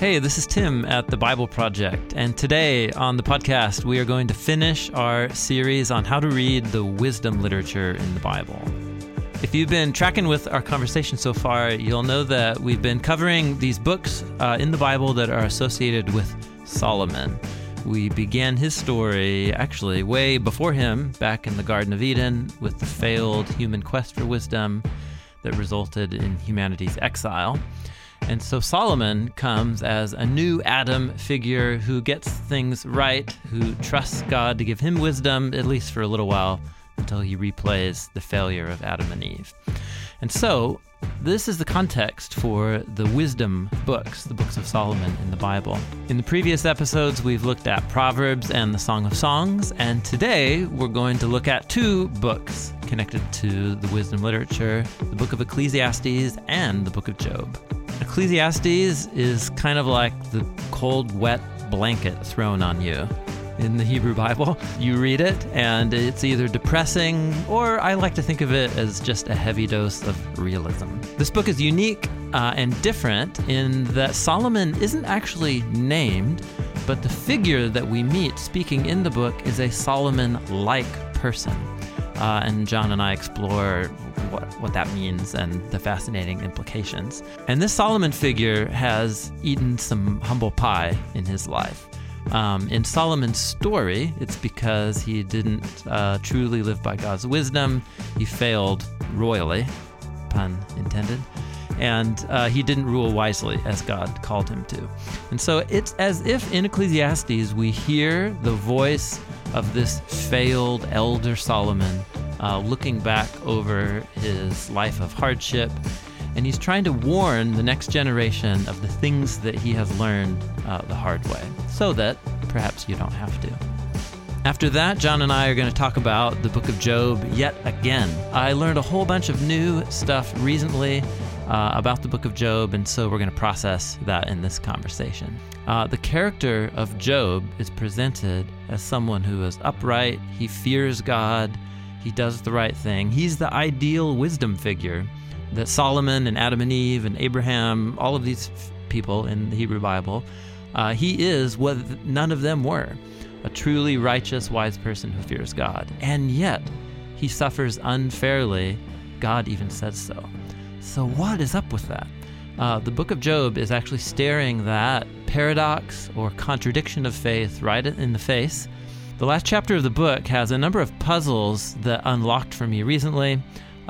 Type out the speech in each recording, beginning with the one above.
Hey, this is Tim at the Bible Project, and today on the podcast, we are going to finish our series on how to read the wisdom literature in the Bible. If you've been tracking with our conversation so far, you'll know that we've been covering these books uh, in the Bible that are associated with Solomon. We began his story actually way before him, back in the Garden of Eden, with the failed human quest for wisdom that resulted in humanity's exile. And so Solomon comes as a new Adam figure who gets things right, who trusts God to give him wisdom, at least for a little while, until he replays the failure of Adam and Eve. And so, this is the context for the wisdom books, the books of Solomon in the Bible. In the previous episodes, we've looked at Proverbs and the Song of Songs, and today we're going to look at two books connected to the wisdom literature the book of Ecclesiastes and the book of Job. Ecclesiastes is kind of like the cold, wet blanket thrown on you in the Hebrew Bible. You read it, and it's either depressing or I like to think of it as just a heavy dose of realism. This book is unique uh, and different in that Solomon isn't actually named, but the figure that we meet speaking in the book is a Solomon like person. Uh, and John and I explore what, what that means and the fascinating implications. And this Solomon figure has eaten some humble pie in his life. Um, in Solomon's story, it's because he didn't uh, truly live by God's wisdom. He failed royally, pun intended, and uh, he didn't rule wisely as God called him to. And so it's as if in Ecclesiastes we hear the voice of this failed elder Solomon uh, looking back over his life of hardship and he's trying to warn the next generation of the things that he has learned uh, the hard way so that perhaps you don't have to. After that, John and I are going to talk about the book of Job yet again. I learned a whole bunch of new stuff recently uh, about the book of Job, and so we're going to process that in this conversation. Uh, the character of Job is presented as someone who is upright, he fears God, he does the right thing. He's the ideal wisdom figure that Solomon and Adam and Eve and Abraham, all of these f- people in the Hebrew Bible, uh, he is what th- none of them were a truly righteous, wise person who fears God. And yet, he suffers unfairly. God even says so. So, what is up with that? Uh, the book of Job is actually staring that paradox or contradiction of faith right in the face. The last chapter of the book has a number of puzzles that unlocked for me recently.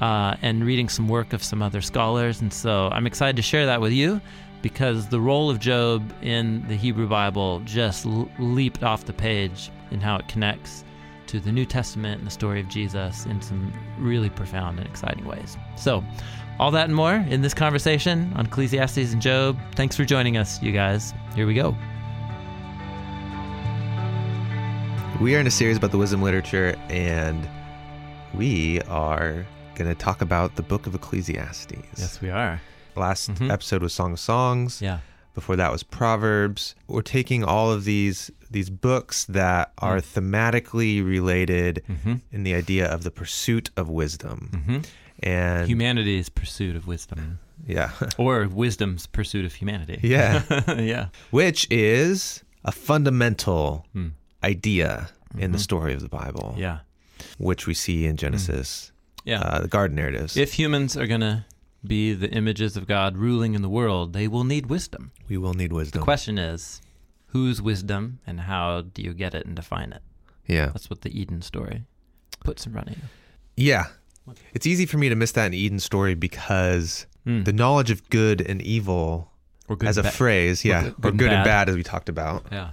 Uh, and reading some work of some other scholars. And so I'm excited to share that with you because the role of Job in the Hebrew Bible just l- leaped off the page in how it connects to the New Testament and the story of Jesus in some really profound and exciting ways. So, all that and more in this conversation on Ecclesiastes and Job. Thanks for joining us, you guys. Here we go. We are in a series about the wisdom literature, and we are going to talk about the book of Ecclesiastes. we are. Last Mhm. episode was Song of Songs. Yeah. Before that was Proverbs. We're taking all of these these books that Mm-hmm. are thematically related Mhm. in the idea of the pursuit of wisdom. Mhm. And Humanity's pursuit of wisdom, yeah. or wisdom's pursuit of humanity. yeah. yeah. Which is a fundamental Mm. Mm-hmm. idea in the story of the Bible, Yeah. Mm. which we see in Genesis, Yeah. uh, the garden narratives. If humans are going to be the images of God ruling in the world, they will need wisdom. we will need wisdom. Question is, whose wisdom and how do you get it and define it? yeah. That's what the Eden story puts in front of you. Yeah. It's easy for me to miss that in Eden's story because Mm. the knowledge of good and evil Or good as a and ba- phrase, yeah, good- or good good, and and bad. bad as we talked about, Yeah.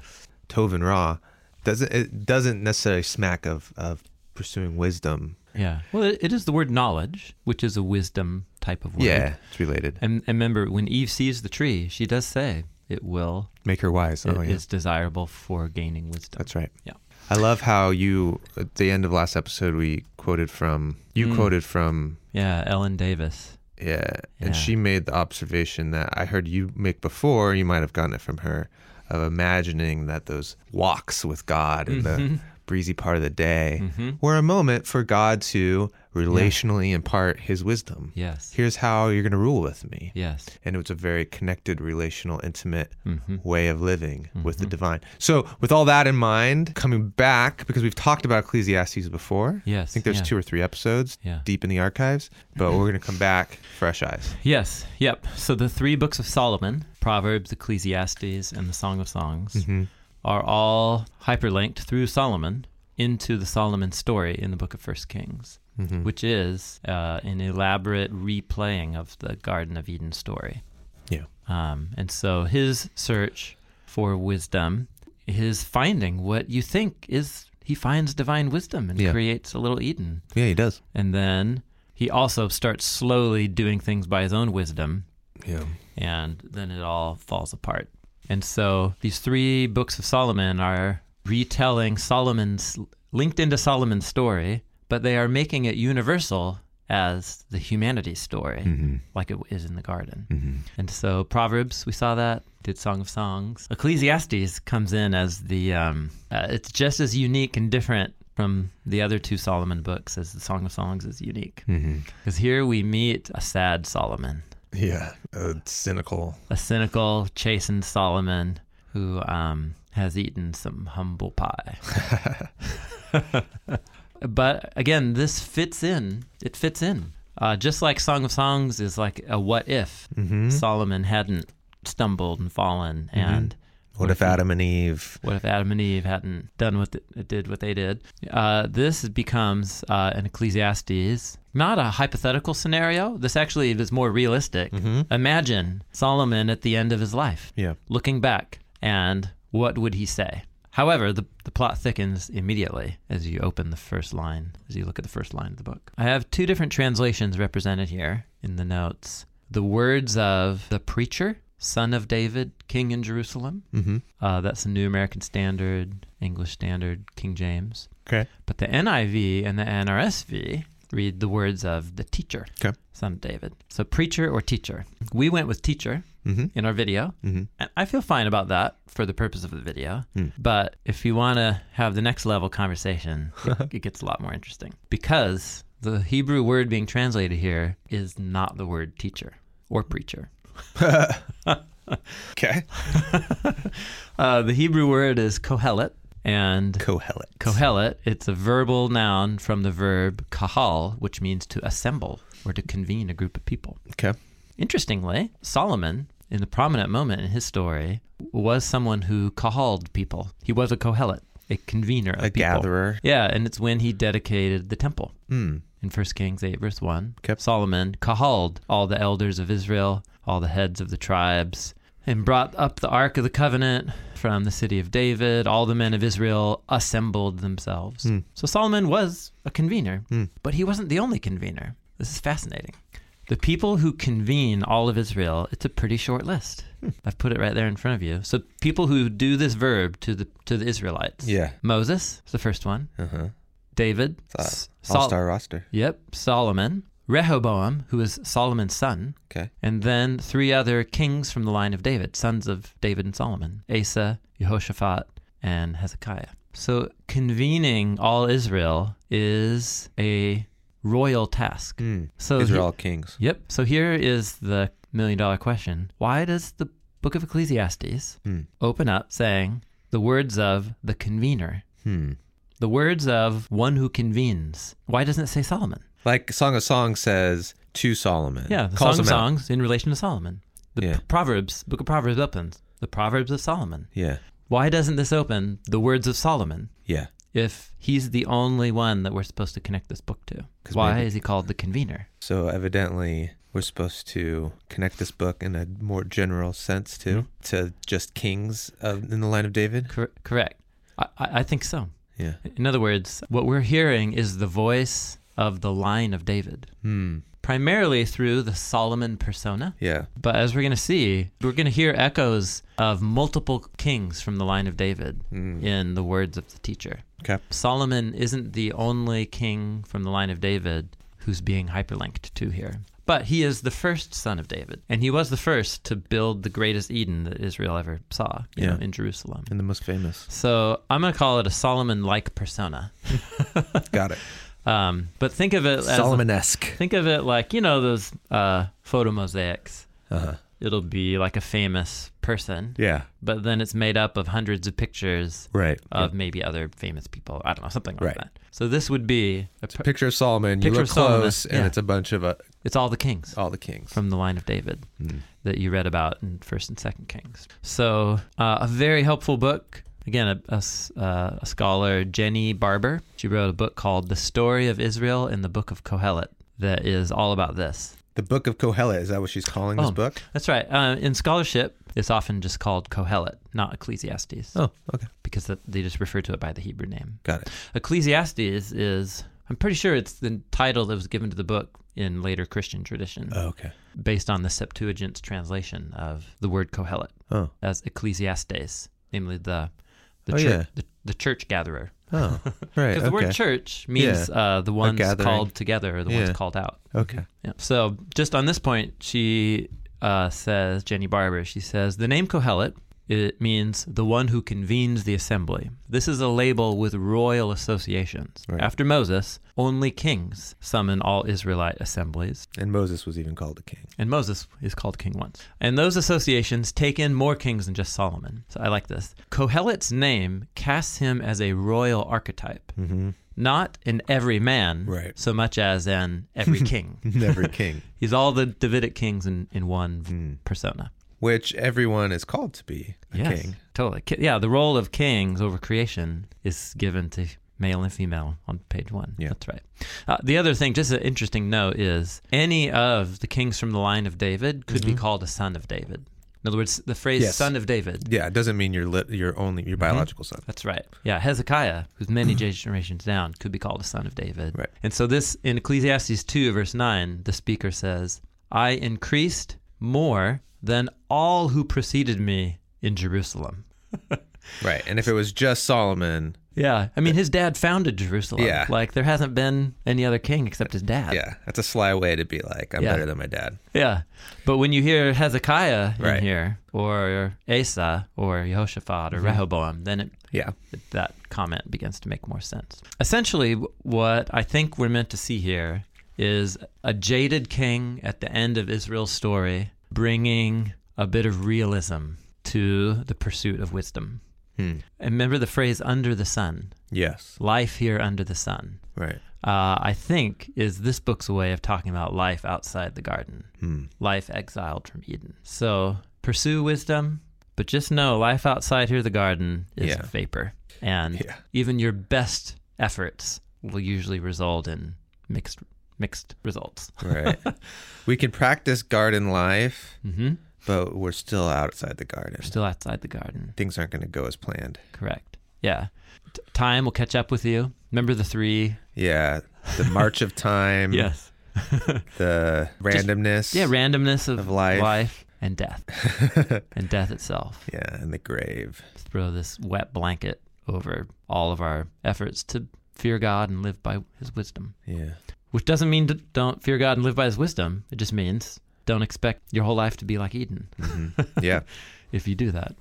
Tov and Ra, doesn't it doesn't necessarily smack of of pursuing wisdom. Yeah. Well, it, it is the word knowledge, which is a wisdom type of word. Yeah, it's related. And, and remember, when Eve sees the tree, she does say it will, Make her wise. it is Oh yeah. desirable for gaining wisdom. That's right. Yeah. I love how you at the end of last episode we quoted from you Mm. quoted from yeah, Ellen Davis. Yeah. Yeah. And she made the observation that I heard you make before, Mm-hmm. you might have gotten it from her, of imagining that those walks with God and the breezy part of the day Mhm. were a moment for God to relationally impart his wisdom. Yes. Here's how you're going to rule with me. Yes. And it was a very connected, relational, intimate hmm way of living with the divine. So, with all that in mind, coming back, because we've talked about Ecclesiastes before. Yes, I think there's yeah. two or three episodes Yeah. deep in the archives, but we're going to come back fresh eyes. Yes. Yep. So the three books of Solomon, Proverbs, Ecclesiastes, and the Song of Songs, are all hyperlinked through Solomon into the Solomon story in the book of First Kings, which is uh, an elaborate replaying of the Garden of Eden story. Yeah. Um, and so his search for wisdom, his finding what you think is he finds divine wisdom and Yeah. creates a little Eden. Yeah, he does. And then he also starts slowly doing things by his own wisdom, Yeah. and then it all falls apart. And so these three books of Solomon are retelling Solomon's, linked into Solomon's story, but they are making it universal as the humanity story, Hmm. Mm-hmm. like it is in the garden. And so Proverbs, we saw that, did Song of Songs. Ecclesiastes comes in as the, um, uh, it's just as unique and different from the other two Solomon books as the Song of Songs is unique. Mm-hmm. Because here we meet a sad Solomon, Yeah. A cynical. a cynical, chastened Solomon who um, has eaten some humble pie. but again, this fits in. It fits in. Uh, just like Song of Songs is like a what if Mm-hmm. Solomon hadn't stumbled and fallen, and What if Adam and Eve? what if Adam and Eve hadn't done what th- did what they did? Uh, this becomes uh, an Ecclesiastes, not a hypothetical scenario. This actually is more realistic. Mm-hmm. Imagine Solomon at the end of his life, Yeah. looking back, and what would he say? However, the, the plot thickens immediately as you open the first line, as you look at the first line of the book. I have two different translations represented here in the notes. The words of the preacher, son of David, king in Jerusalem. Mm-hmm. Uh, that's the New American Standard, English Standard, King James. Okay. But the NIV and the NRSV read the words of the teacher, Okay. son of David. So preacher or teacher. We went with teacher Mm-hmm. in our video. Mm-hmm. And I feel fine about that for the purpose of the video. Hmm. But if you want to have the next level conversation, it, it gets a lot more interesting because the Hebrew word being translated here is not the word teacher or preacher. Okay. Uh, the Hebrew word is kohelet, and Kohelet. Kohelet, it's a verbal noun from the verb kahal, which means to assemble or to convene a group of people. okay. Interestingly, Solomon, in the prominent moment in his story, was someone who kahaled people. He was a Kohelet, a convener of A people. gatherer. Yeah, and it's when he dedicated the temple Hmm. in 1 Kings 8, verse 1. Okay. Solomon kahaled all the elders of Israel, all the heads of the tribes, and brought up the Ark of the Covenant from the city of David. All the men of Israel assembled themselves. Hmm. So Solomon was a convener, Hmm. but he wasn't the only convener. This is fascinating. The people who convene all of Israel, it's a pretty short list. I've put it right there in front of you. So people who do this verb to the to the Israelites. Yeah. Moses is the first one. Uh huh. David. Uh, S- All Sol- star roster. Yep, Solomon, Rehoboam, who is Solomon's son, Okay. and then three other kings from the line of David, sons of David and Solomon Asa, Jehoshaphat, and Hezekiah. So convening all Israel is a royal task. Mm. So These are Hmm. he- all kings. Yep. So here is the million dollar question. Why does the book of Ecclesiastes Hmm. open up saying the words of the convener, Hmm. the words of one who convenes? Why doesn't it say Solomon? Like Song of Songs says to Solomon. Yeah, the Calls Song of him out. Songs in relation to Solomon. The Yeah. P- Proverbs, Book of Proverbs opens the Proverbs of Solomon. Yeah. Why doesn't this open the words of Solomon Yeah. if he's the only one that we're supposed to connect this book to? 'Cause Why maybe- is he called the convener? So evidently, we're supposed to connect this book in a more general sense Hmm? too, to just kings of, in the line of David. Cor- correct. I, I I think so. Yeah. In other words, what we're hearing is the voice of the line of David, Hmm. primarily through the Solomon persona. Yeah. But as we're going to see, we're going to hear echoes of multiple kings from the line of David Mm. in the words of the teacher. Okay. Solomon isn't the only king from the line of David who's being hyperlinked to here. But he is the first son of David, and he was the first to build the greatest Eden that Israel ever saw you Yeah. know, in Jerusalem. and the most famous. So I'm going to call it a Solomon like persona. Got it. Um, but think of it as Solomon-esque. think of it like, you know, those uh, photo mosaics. Uh-huh. It'll be like a famous person, Yeah. but then it's made up of hundreds of pictures Right. of maybe other famous people. I don't know, something like Right. that. So this would be a per- Picture of Solomon. you Picture look of Solomon, close, and yeah. it's a bunch of uh, it's all the kings all the kings. from the line of David Mm. that you read about in First and Second Kings. So uh, a very helpful book. Again, a, a s- uh, a scholar, Jenny Barber, she wrote a book called "The Story of Israel in the Book of Kohelet" that is all about this. The Book of Kohelet. Is that what she's calling this Oh. book? That's right. Uh, in scholarship, it's often just called Kohelet, not Ecclesiastes, Oh, okay. because th- they just refer to it by the Hebrew name. Got it. Ecclesiastes is, I'm pretty sure it's the title that was given to the book in later Christian tradition, Oh, okay. based on the Septuagint's translation of the word Kohelet Oh. as Ecclesiastes, namely the the Oh, church, yeah. the, the church gatherer. Oh, right. Because okay. the word church means uh, the ones gathering. called together or the Yeah. ones called out. Okay. Yeah. So just on this point, she uh, says Jenny Barber. She says the name Kohelet it means the one who convenes the assembly. This is a label with royal associations. Right. After Moses, only kings summon all Israelite assemblies, And Moses was even called a king. and Moses is called king once. And those associations take in more kings than just Solomon. So I like this. Kohelet's name casts him as a royal archetype, Mm-hmm. not an every man Right. so much as an every king. Every king, He's all the Davidic kings in, in one Hmm. persona. which everyone is called to be a Yes, king. totally. Ki- Yeah, the role of kings over creation is given to male and female on page one. Yeah. That's right. Uh, the other thing, just an interesting note, is any of the kings from the line of David could be called a son of David. In other words, the phrase Yes. son of David. Yeah, it doesn't mean you're li- you're only your biological son. That's right. Yeah, Hezekiah, who's many generations down, could be called a son of David. Right. And so this in Ecclesiastes 2 verse 9, the speaker says, "I increased more than all who preceded me in Jerusalem." Right. And if it was just Solomon, Yeah, I mean his dad founded Jerusalem. Yeah. Like there hasn't been any other king except his dad. yeah, that's a sly way to be like, I'm Yeah. better than my dad. Yeah. But when you hear Hezekiah in Right. here or Asa or Jehoshaphat or Mm-hmm. Rehoboam, then it Yeah. that comment begins to make more sense. Essentially, w- what I think we're meant to see here is a jaded king at the end of Israel's story bringing a bit of realism to the pursuit of wisdom. Hmm. And remember the phrase under the sun, Yes. life here under the sun. Right. Uh, I think is this book's way of talking about life outside the garden, Hmm. life exiled from Eden. So pursue wisdom, but just know life outside here, the garden, is Yeah. vapor. And Yeah. even your best efforts will usually result in mixed mixed results. Right. we can practice garden life, hmm but we're still outside the garden. Still outside the garden, Things aren't going to go as planned. correct? Yeah, T- time will catch up with you. Remember the three? Yeah. The march of time. Yes. The randomness. Yeah, randomness of, Of life. life and death, and death itself. yeah. And the grave. throw this wet blanket over all of our efforts to fear God and live by his wisdom. Yeah. Which doesn't mean to don't fear God and live by his wisdom. It just means don't expect your whole life to be like Eden Mm-hmm. Yeah. if you do that.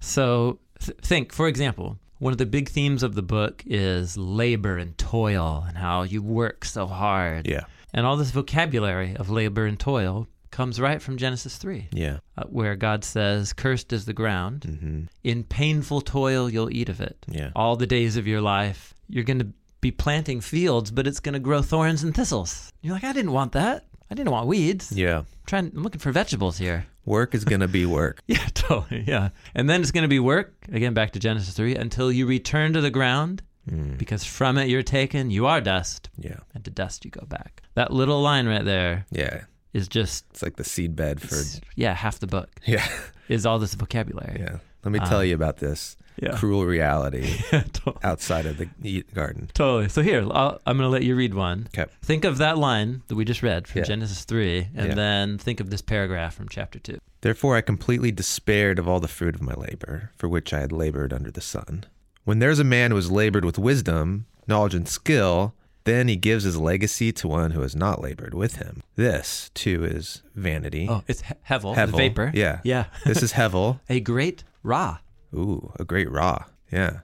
So th- think, for example, one of the big themes of the book is labor and toil and how you work so hard. Yeah. And all this vocabulary of labor and toil comes right from Genesis 3, Yeah. uh, where God says, Cursed is the ground. Mm-hmm. In painful toil, you'll eat of it Yeah. all the days of your life. You're going to be planting fields, but it's going to grow thorns and thistles. You're like, I didn't want that. I didn't want weeds. Yeah. I'm trying, I'm looking for vegetables here. Work is going to be work. Yeah, totally. Yeah. And then it's going to be work, again, back to Genesis 3, until you return to the ground, Mm. because from it you're taken, you are dust, Yeah. and to dust you go back. That little line right there Yeah. is just, It's like the seed bed for. it's- yeah, half the book Yeah. is all this vocabulary. Yeah. Let me tell you about this cruel reality totally. outside of the e- garden. Totally. So here, I'll, I'm going to let you read one. Okay. Think of that line that we just read from Yeah. Genesis 3, and Yeah. then think of this paragraph from chapter 2. Therefore, I completely despaired of all the fruit of my labor, for which I had labored under the sun. When there is a man who has labored with wisdom, knowledge, and skill, Then he gives his legacy to one who has not labored with him. This, too, is vanity. Oh, it's he- Hevel, the Hevel, vapor. yeah. Yeah. This is Hevel. a great Ra. Ooh, a great raw. Yeah.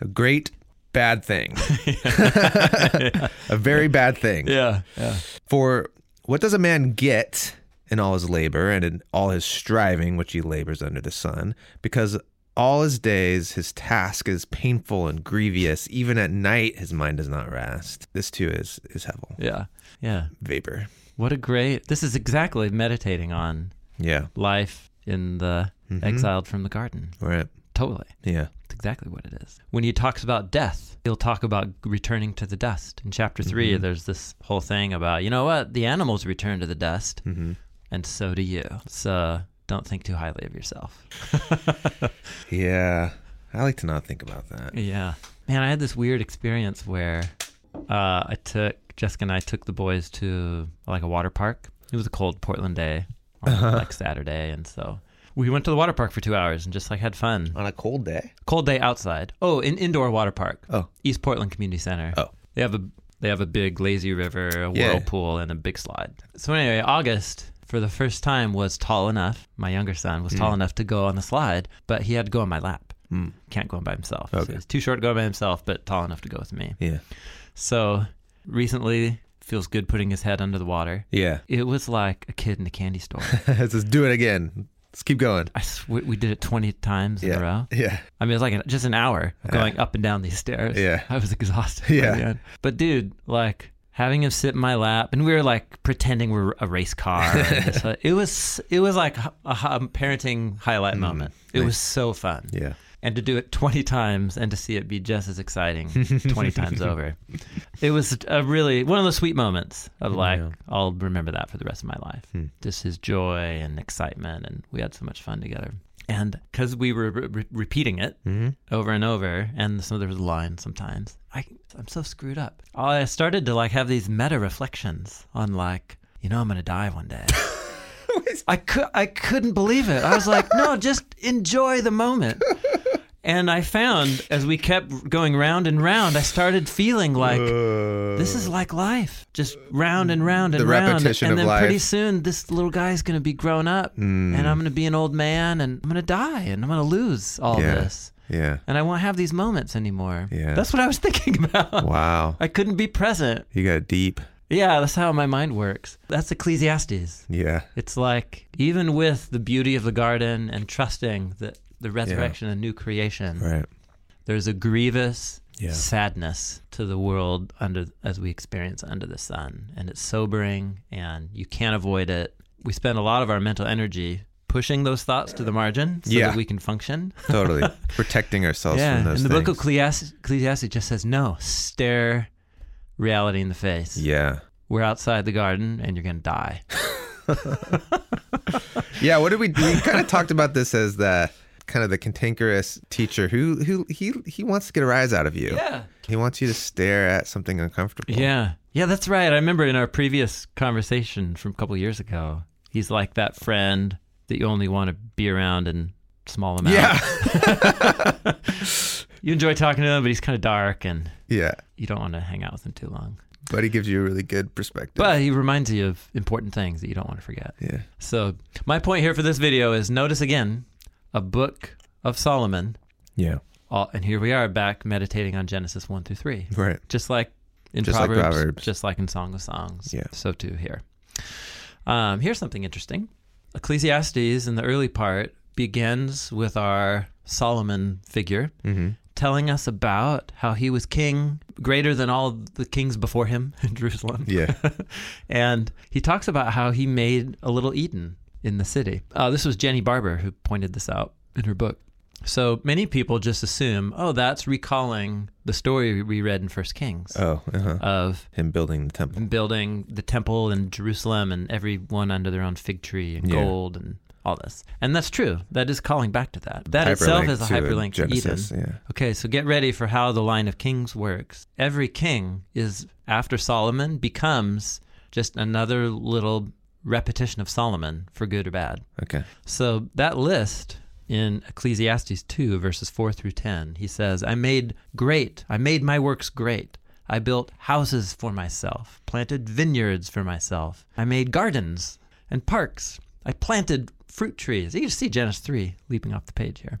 a great bad thing. a very bad thing. Yeah. Yeah. For what does a man get in all his labor and in all his striving which he labors under the sun? Because all his days his task is painful and grievous. Even at night his mind does not rest. This too is is Hevel. Yeah. Yeah. Vapor. What a great. This is exactly meditating on Yeah. life in the exiled from the garden. Right. Totally. Yeah. That's exactly what it is. When he talks about death, he'll talk about returning to the dust. In chapter 3 there's this whole thing about, you know what? The animals return to the dust, Mm-hmm. and so do you. So don't think too highly of yourself. Yeah. I like to not think about that. Yeah. Man, I had this weird experience where uh, I took, Jessica and I took the boys to like a water park. It was a cold Portland day on Uh-huh. like Saturday. And so we went to the water park for two hours and just like had fun. On a cold day? Cold day outside. Oh, an indoor water park. Oh. East Portland Community Center. Oh. They have a they have a big lazy river, a Yeah. whirlpool, and a big slide. So anyway, August for the first time was tall enough. My younger son was Hmm. tall enough to go on the slide, but he had to go on my lap. Mm. Can't go on by himself. So Okay. he's too short to go by himself, but tall enough to go with me. Yeah. So recently, feels good putting his head under the water. Yeah. It was like a kid in a candy store. Let's just do it again. Let's keep going. I swear we did it twenty times in Yeah. a row. Yeah. I mean, it was like an, just an hour of Yeah. going up and down these stairs. Yeah. I was exhausted. Yeah. By Yeah. the end. But dude, like having him sit in my lap, and we were like pretending we're a race car. and this- it was it was like a, a parenting highlight Mm. moment. It was so fun. Yeah. And to do it 20 times and to see it be just as exciting 20 times over. It was a really one of those sweet moments of like, Yeah. I'll remember that for the rest of my life. Just his joy and excitement. And we had so much fun together. And because we were re- re- repeating it Mm-hmm. over and over, and so there was a line sometimes, I, I'm so screwed up. Oh, I started to like have these meta reflections on like, you know, I'm going to die one day. I could I couldn't believe it. I was like, no, just enjoy the moment. And I found as we kept going round and round, I started feeling like Uh, this is like life, just round and round and The round. repetition and of then life. Hmm. pretty soon, this little guy's going to be grown up, and I'm going to be an old man, and I'm going to die, and I'm going to lose all Yeah. this, Yeah. and I won't have these moments anymore. Yeah. That's what I was thinking about. Wow. I couldn't be present. You got deep. Yeah, that's how my mind works. That's Ecclesiastes. Yeah. It's like even with the beauty of the garden and trusting that the resurrection and new creation, Right. there's a grievous Yeah. sadness to the world under as we experience under the sun, and it's sobering, and you can't avoid it. We spend a lot of our mental energy pushing those thoughts to the margin so Yeah. that we can function. Totally. Protecting ourselves yeah, from and those the book of things. Ecclesiastes, Ecclesiastes just says, "No, stare reality in the face. yeah. We're outside the garden, and you're gonna die." Yeah. What did we? We kind of talked about this as the kind of the cantankerous teacher who who he he wants to get a rise out of you. Yeah. He wants you to stare at something uncomfortable. Yeah. Yeah, that's right. I remember in our previous conversation from a couple of years ago, he's like that friend that you only want to be around in small amounts. Yeah. You enjoy talking to him, but he's kind of dark and yeah. you don't want to hang out with him too long. But he gives you a really good perspective. But he reminds you of important things that you don't want to forget. yeah. So, my point here for this video is notice again a book of Solomon. Yeah. All, and here we are back meditating on Genesis 1 through 3. Right. just like in Just like Proverbs, Proverbs. just like in Song of Songs. Yeah. So too here. Um, here's something interesting. Ecclesiastes in the early part begins with our Solomon figure Mm-hmm. telling us about how he was king greater than all the kings before him in Jerusalem. Yeah. And he talks about how he made a little Eden in the city. Uh, this was Jenny Barber who pointed this out in her book. So many people just assume, oh, that's recalling the story we read in First Kings Oh. Uh-huh. of Him building the temple. building the temple in Jerusalem and everyone under their own fig tree and Yeah. gold and all this. And that's true. That is calling back to that. That itself Hyperlink is a to hyperlink to Eden. Genesis. Yeah. Okay, so get ready for how the line of kings works. Every king is, after Solomon, becomes just another little repetition of Solomon for good or bad. Okay. So that list in Ecclesiastes 2, verses 4 through 10, he says, I made great, I made my works great. I built houses for myself, planted vineyards for myself. I made gardens and parks. I planted fruit trees. You can see Genesis 3 leaping off the page here.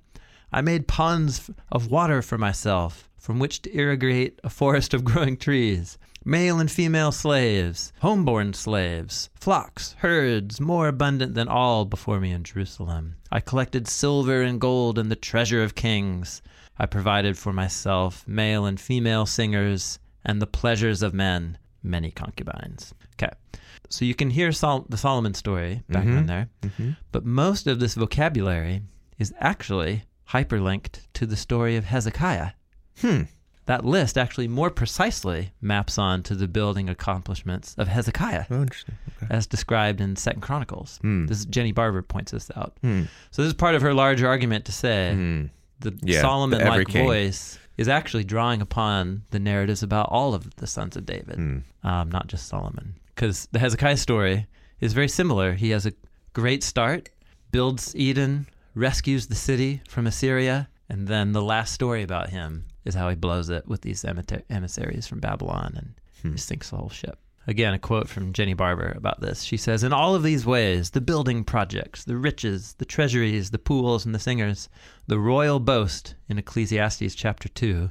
I made ponds of water for myself from which to irrigate a forest of growing trees. Male and female slaves, homeborn slaves, flocks, herds, more abundant than all before me in Jerusalem. I collected silver and gold and the treasure of kings. I provided for myself male and female singers and the pleasures of men, many concubines. Okay. So you can hear Sol- the Solomon story back Mhm. in there, but most of this vocabulary is actually hyperlinked to the story of Hezekiah. Hmm. That list actually more precisely maps on to the building accomplishments of Hezekiah Oh, interesting. Okay. as described in Second Chronicles. Hmm. This Jenny Barber points this out. Hmm. So this is part of her larger argument to say Hmm. the Yeah, the every Solomon-like king. voice is actually drawing upon the narratives about all of the sons of David, Hmm. um, not just Solomon. Because the Hezekiah story is very similar. He has a great start, builds Eden, rescues the city from Assyria, and then the last story about him is how he blows it with these emita- emissaries from Babylon and Hmm. he sinks the whole ship. Again, a quote from Jenny Barber about this. She says, In all of these ways, the building projects, the riches, the treasuries, the pools, and the singers, the royal boast in Ecclesiastes chapter 2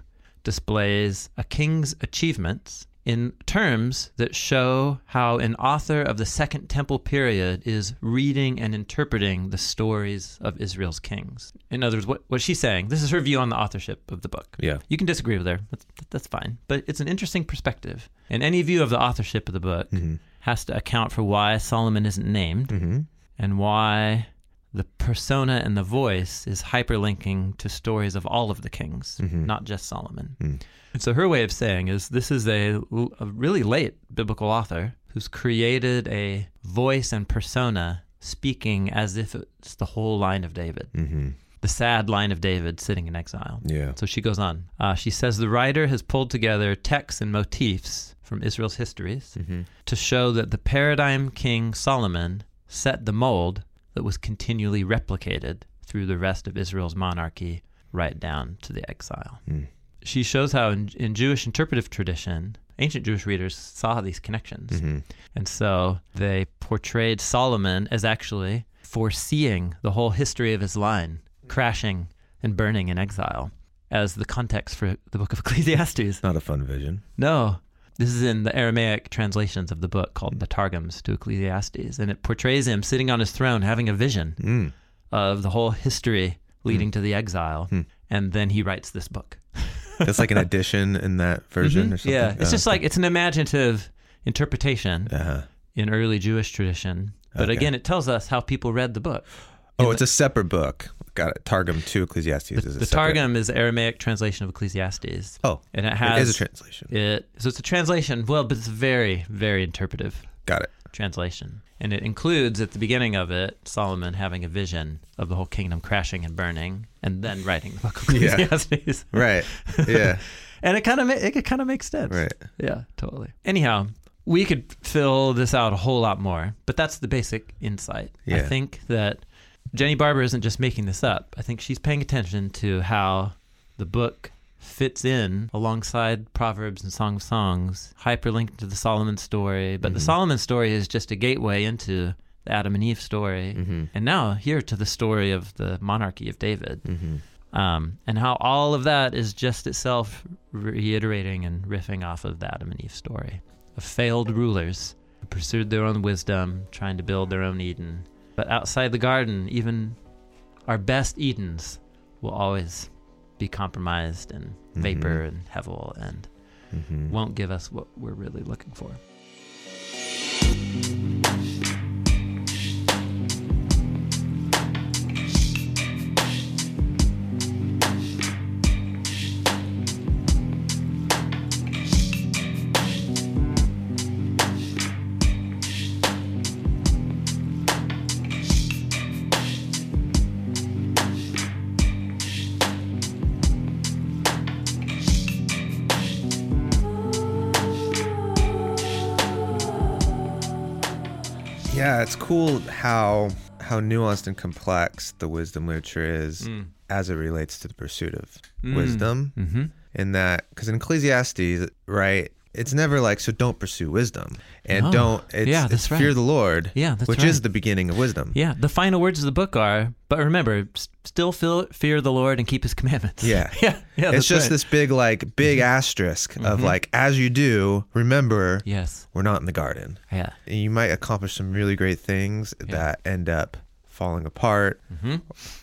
displays a king's achievements in terms that show how an author of the Second Temple period is reading and interpreting the stories of Israel's kings. In other words, what, what she's saying, this is her view on the authorship of the book. Yeah. You can disagree with her. That's, that's fine. But it's an interesting perspective. And any view of the authorship of the book Mhm. has to account for why Solomon isn't named Mhm. and why the persona and the voice is hyperlinking to stories of all of the kings, Mhm. not just Solomon. Mm. And so her way of saying is this is a, l- a really late biblical author who's created a voice and persona speaking as if it's the whole line of David, Mhm. the sad line of David sitting in exile. Yeah. So she goes on. Uh, she says the writer has pulled together texts and motifs from Israel's histories Mhm. to show that the paradigm king Solomon set the mold that was continually replicated through the rest of Israel's monarchy right down to the exile. Mm. She shows how in, in Jewish interpretive tradition, ancient Jewish readers saw these connections. Mhm. And so they portrayed Solomon as actually foreseeing the whole history of his line, crashing and burning in exile, as the context for the book of Ecclesiastes. Not a fun vision. No, this is in the Aramaic translations of the book called the Targums to Ecclesiastes, and it portrays him sitting on his throne having a vision Mm. of the whole history leading to the exile. Hmm. And then he writes this book. That's like an addition in that version Mhm. or something. Yeah, it's Oh, just like it's an imaginative interpretation Uh-huh. in early Jewish tradition. But Okay. again, it tells us how people read the book. Oh, In it's a separate book. Got it. Targum to Ecclesiastes The, is a the separate. Targum is the Aramaic translation of Ecclesiastes, Oh, and it it has is a translation. it- so it's a translation. Well, but it's very, very interpretive Got it. translation, and it includes at the beginning of it Solomon having a vision of the whole kingdom crashing and burning, and then writing the book of Yeah. Ecclesiastes. Right. Yeah. and it kind of ma- it kind of makes sense. right. Yeah, totally. Anyhow, we could fill this out a whole lot more, but that's the basic insight. I Yeah. think that Jenny Barber isn't just making this up. I think she's paying attention to how the book fits in alongside Proverbs and Song of Songs, hyperlinked to the Solomon story. But the Mhm. Solomon story is just a gateway into the Adam and Eve story. Mm-hmm. And now here to the story of the monarchy of David Mm-hmm. um, and how all of that is just itself reiterating and riffing off of the Adam and Eve story of failed rulers who pursued their own wisdom, trying to build their own Eden. But outside the garden, even our best Edens will always be compromised and vapor and hevel and Mm-hmm. won't give us what we're really looking for. Yeah, it's cool how how nuanced and complex the wisdom literature is as it relates to the pursuit of wisdom Mm. Mm-hmm. in that because in Ecclesiastes, right, it's never like so don't pursue wisdom and No. don't it's, Yeah, it's that's right. fear the Lord, Yeah, that's which right. is the beginning of wisdom. Yeah, the final words of the book are, but remember, s- still feel, fear the Lord and keep his commandments. Yeah. yeah, yeah. that's it's just right. Mm-hmm. this big like big asterisk of like as you do, remember Yes. we're not in the garden. Yeah. And you might accomplish some really great things that end up falling apart,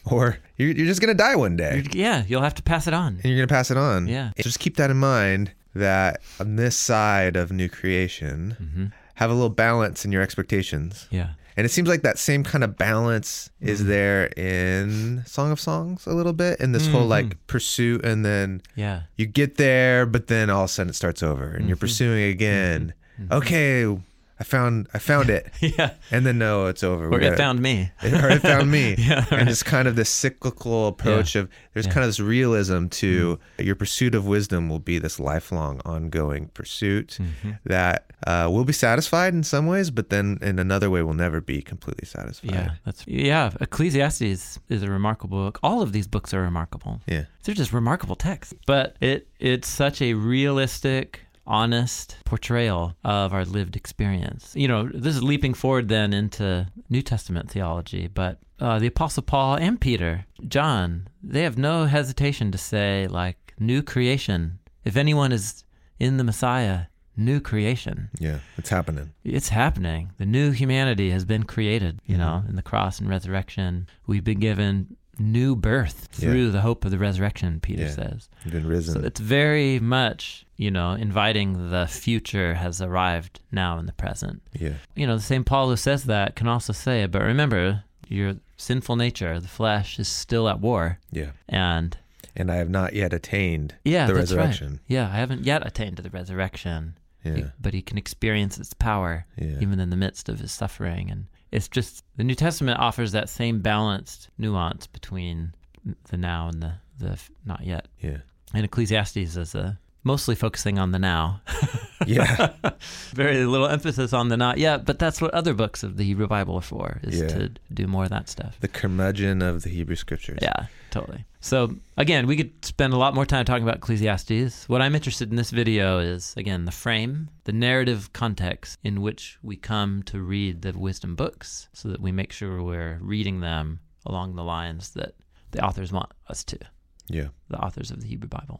or you're, you're just gonna die one day. Mm-hmm. You're- yeah, you'll have to pass it on. and you're gonna pass it on. Yeah. Just keep that in mind that on this side of new creation, have a little balance in your expectations. Yeah. And it seems like that same kind of balance is there in Song of Songs a little bit, in this whole like pursuit, and then Yeah. you get there, but then all of a sudden it starts over, and you're pursuing again. Okay, I found I found it, Yeah. and then no, it's over. We Or it gotta- found me. or it found me. Yeah, And it's kind of this cyclical approach of there's kind of this realism to Mm-hmm. your pursuit of wisdom will be this lifelong, ongoing pursuit Mm-hmm. that uh, will be satisfied in some ways, but then in another way will never be completely satisfied. Yeah, that's yeah. Ecclesiastes is a remarkable book. All of these books are remarkable. Yeah. They're just remarkable texts. But it it's such a realistic, honest portrayal of our lived experience. You know, this is leaping forward then into New Testament theology, but uh, the Apostle Paul and Peter, John, they have no hesitation to say like new creation. If anyone is in the Messiah, new creation Yeah. It's happening. it's happening. The new humanity has been created, you Mm-hmm. know, in the cross and resurrection. We've been given new birth Yeah. through the hope of the resurrection, Peter Yeah. says. You've been So risen. it's very much, you know, inviting the future has arrived now in the present. yeah. You know, the same Paul who says that can also say, but remember, your sinful nature, the flesh, is still at war. Yeah. And And I have not yet attained yeah, the that's right. resurrection. Yeah, I haven't yet attained to the resurrection Yeah. but he can experience its power Yeah. even in the midst of his suffering. And it's just the New Testament offers that same balanced nuance between the now and the, the f- not yet. Yeah. And Ecclesiastes is a mostly focusing on the now, Yeah. very little emphasis on the not yet. But that's what other books of the Hebrew Bible are for, is Yeah. to do more of that stuff. the curmudgeon of the Hebrew scriptures. Yeah, totally. So again, we could spend a lot more time talking about Ecclesiastes. What I'm interested in this video is again the frame, the narrative context in which we come to read the wisdom books so that we make sure we're reading them along the lines that the authors want us to, Yeah. the authors of the Hebrew Bible.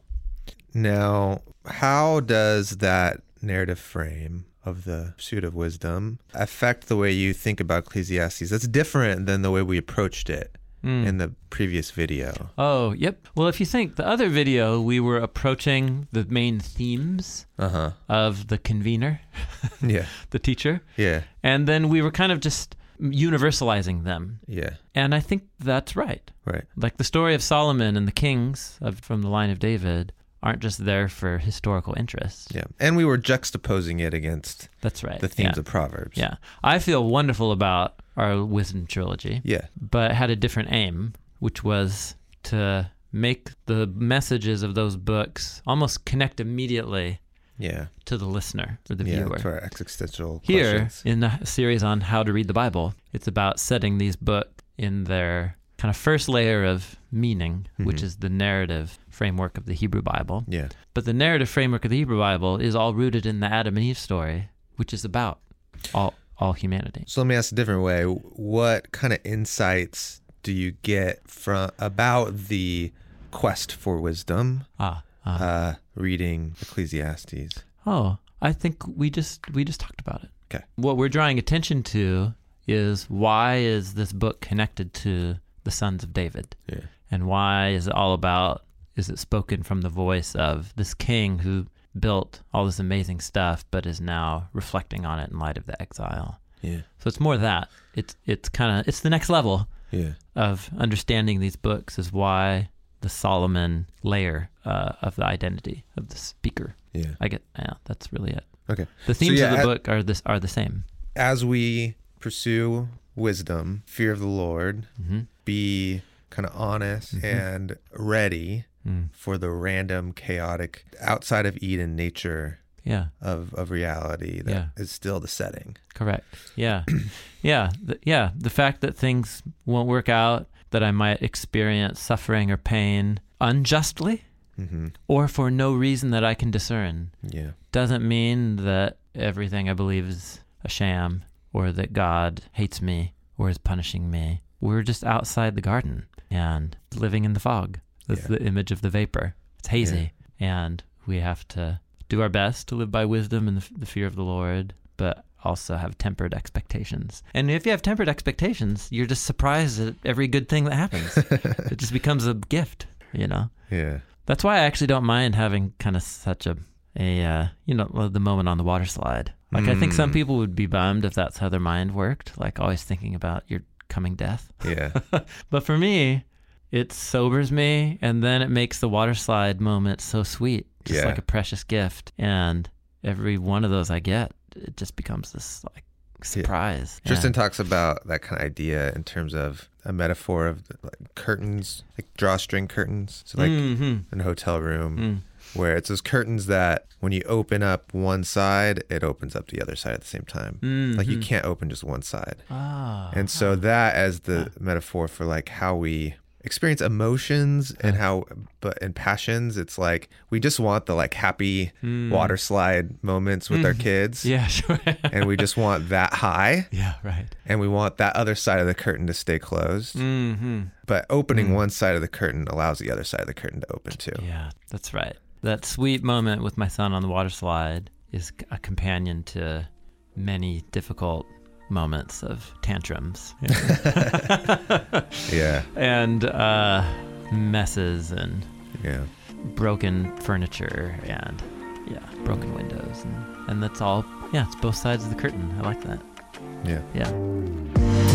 Now, how does that narrative frame of the pursuit of wisdom affect the way you think about Ecclesiastes? That's different than the way we approached it Hmm. in the previous video. Oh, yep. Well, if you think the other video we were approaching the main themes Uh huh. of the convener, Yeah. the teacher, Yeah. and then we were kind of just universalizing them Yeah. And I think that's right. Right. Like the story of Solomon and the kings of, from the line of David aren't just there for historical interest. Yeah. And we were juxtaposing it against That's right. the themes yeah. of Proverbs. Yeah. I feel wonderful about our wisdom trilogy, Yeah. but it had a different aim, which was to make the messages of those books almost connect immediately Yeah. to the listener or the Yeah. viewer. To our existential Here questions. in the series on how to read the Bible, it's about setting these books in their kind of first layer of meaning, which Mhm. is the narrative framework of the Hebrew Bible. Yeah. But the narrative framework of the Hebrew Bible is all rooted in the Adam and Eve story, which is about all all humanity. So let me ask a different way. What kind of insights do you get from about the quest for wisdom Ah, ah. uh, reading Ecclesiastes. oh, I think we just we just talked about it. Okay. What we're drawing attention to is why is this book connected to the sons of David? Yeah. And why is it all about? Is it spoken from the voice of this king who built all this amazing stuff, but is now reflecting on it in light of the exile? Yeah. So it's more that it's it's kind of it's the next level Yeah. of understanding these books is why the Solomon layer uh, of the identity of the speaker. Yeah. I get yeah, that's really it. Okay. The themes yeah, of the I- book are this are the same. As we pursue wisdom, fear of the Lord, hmm be kind of honest and ready Mm. for the random, chaotic, outside of Eden nature Yeah. of, of reality that is Yeah. still the setting. Correct. Yeah. yeah. Th- yeah. The fact that things won't work out, that I might experience suffering or pain unjustly, Mm-hmm. or for no reason that I can discern Yeah. doesn't mean that everything I believe is a sham or that God hates me or is punishing me. We're just outside the garden and living in the fog. That's Yeah. the image of the vapor. It's hazy. And we have to do our best to live by wisdom and the, the fear of the Lord, but also have tempered expectations. And if you have tempered expectations, you're just surprised at every good thing that happens. it just becomes a gift, you know? Yeah. That's why I actually don't mind having kind of such a a uh, you know the moment on the water slide. Like I think some Mm. people would be bummed if that's how their mind worked, like always thinking about your coming death. Yeah. But for me, it sobers me, and then it makes the water slide moment so sweet, just Yeah. like a precious gift. And every one of those I get, it just becomes this like surprise. Tristan And- talks about that kind of idea in terms of a metaphor of like curtains, like drawstring curtains. So like Mhm. in a hotel room Mm. where it's those curtains that when you open up one side, it opens up the other side at the same time. Like you Mhm. can't open just one side. Ah. And so that as the metaphor for like how we experience emotions and how but and passions, it's like we just want the like happy Mm. water slide moments with our kids. Mm-hmm. Yeah. Sure. And we just want that high yeah. Right. and we want that other side of the curtain to stay closed. Mm-hmm. But opening one side of the curtain allows the other side of the curtain to open too. Yeah, that's right. That sweet moment with my son on the water slide is c- a companion to many difficult moments of tantrums Yeah. and uh, messes and Yeah. broken furniture and yeah, broken windows and, and that's all. Yeah, it's both sides of the curtain. I like that. Yeah. Yeah.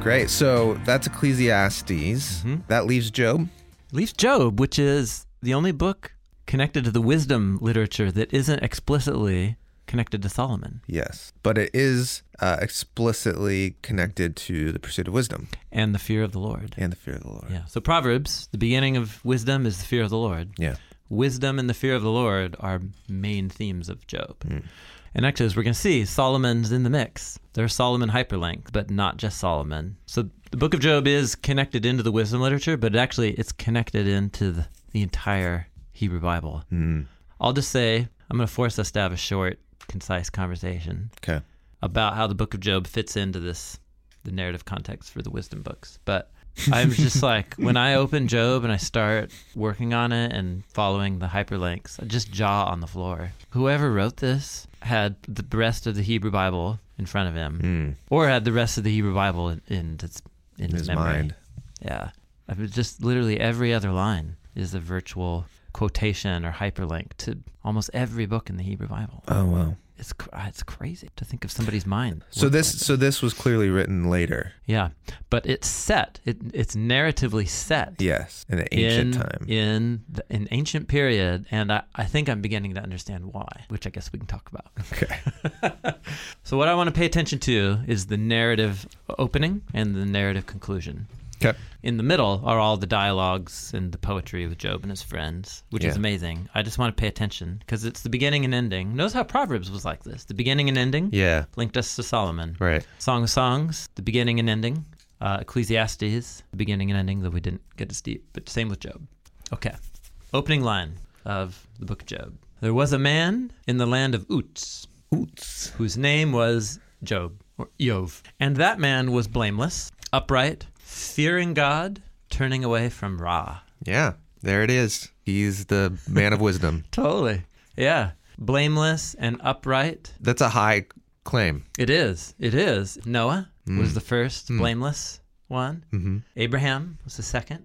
Great. So that's Ecclesiastes. Mm-hmm. That leaves Job. leaves Job, which is the only book connected to the wisdom literature that isn't explicitly connected to Solomon. Yes. But it is uh, explicitly connected to the pursuit of wisdom and the fear of the Lord. and the fear of the Lord. Yeah. So Proverbs, the beginning of wisdom is the fear of the Lord. Yeah. Wisdom and the fear of the Lord are main themes of Job. Mm. And actually, as we're going to see, Solomon's in the mix. There's Solomon hyperlink, but not just Solomon. So the book of Job is connected into the wisdom literature, but actually it's connected into the, the entire Hebrew Bible. Mm. I'll just say, I'm going to force us to have a short, concise conversation Okay. about how the book of Job fits into this the narrative context for the wisdom books. But I'm just like when I open Job and I start working on it and following the hyperlinks, I just jaw on the floor. Whoever wrote this had the rest of the Hebrew Bible in front of him Mm. or had the rest of the Hebrew Bible in, in his in In his, his memory. mind. Yeah, I mean, just literally every other line is a virtual quotation or hyperlink to almost every book in the Hebrew Bible. Oh, wow. It's cr- uh, it's crazy to think of somebody's mind. So worked this like so this was clearly written later. yeah, but it's set. It it's narratively set Yes. In an ancient in, time. in the, an ancient period, and I, I think I'm beginning to understand why, which I guess we can talk about. Okay. So what I want to pay attention to is the narrative opening and the narrative conclusion. Okay. In the middle are all the dialogues and the poetry with Job and his friends, which is Yeah. amazing. I just want to pay attention because it's the beginning and ending. Notice how Proverbs was like this: the beginning and ending Yeah. linked us to Solomon. Right. Song of Songs, the beginning and ending. Uh, Ecclesiastes, the beginning and ending, though we didn't get as deep, but same with Job. Okay. Opening line of the book of Job. There was a man in the land of Uz, Oots. whose name was Job, or Jove. And that man was blameless, upright, fearing God, turning away from Ra. Yeah. There it is. He's the man of wisdom. Totally. Yeah. Blameless and upright. That's a high claim. It is. It is. Noah was the first blameless one. Mm. Mm-hmm. Abraham was the second.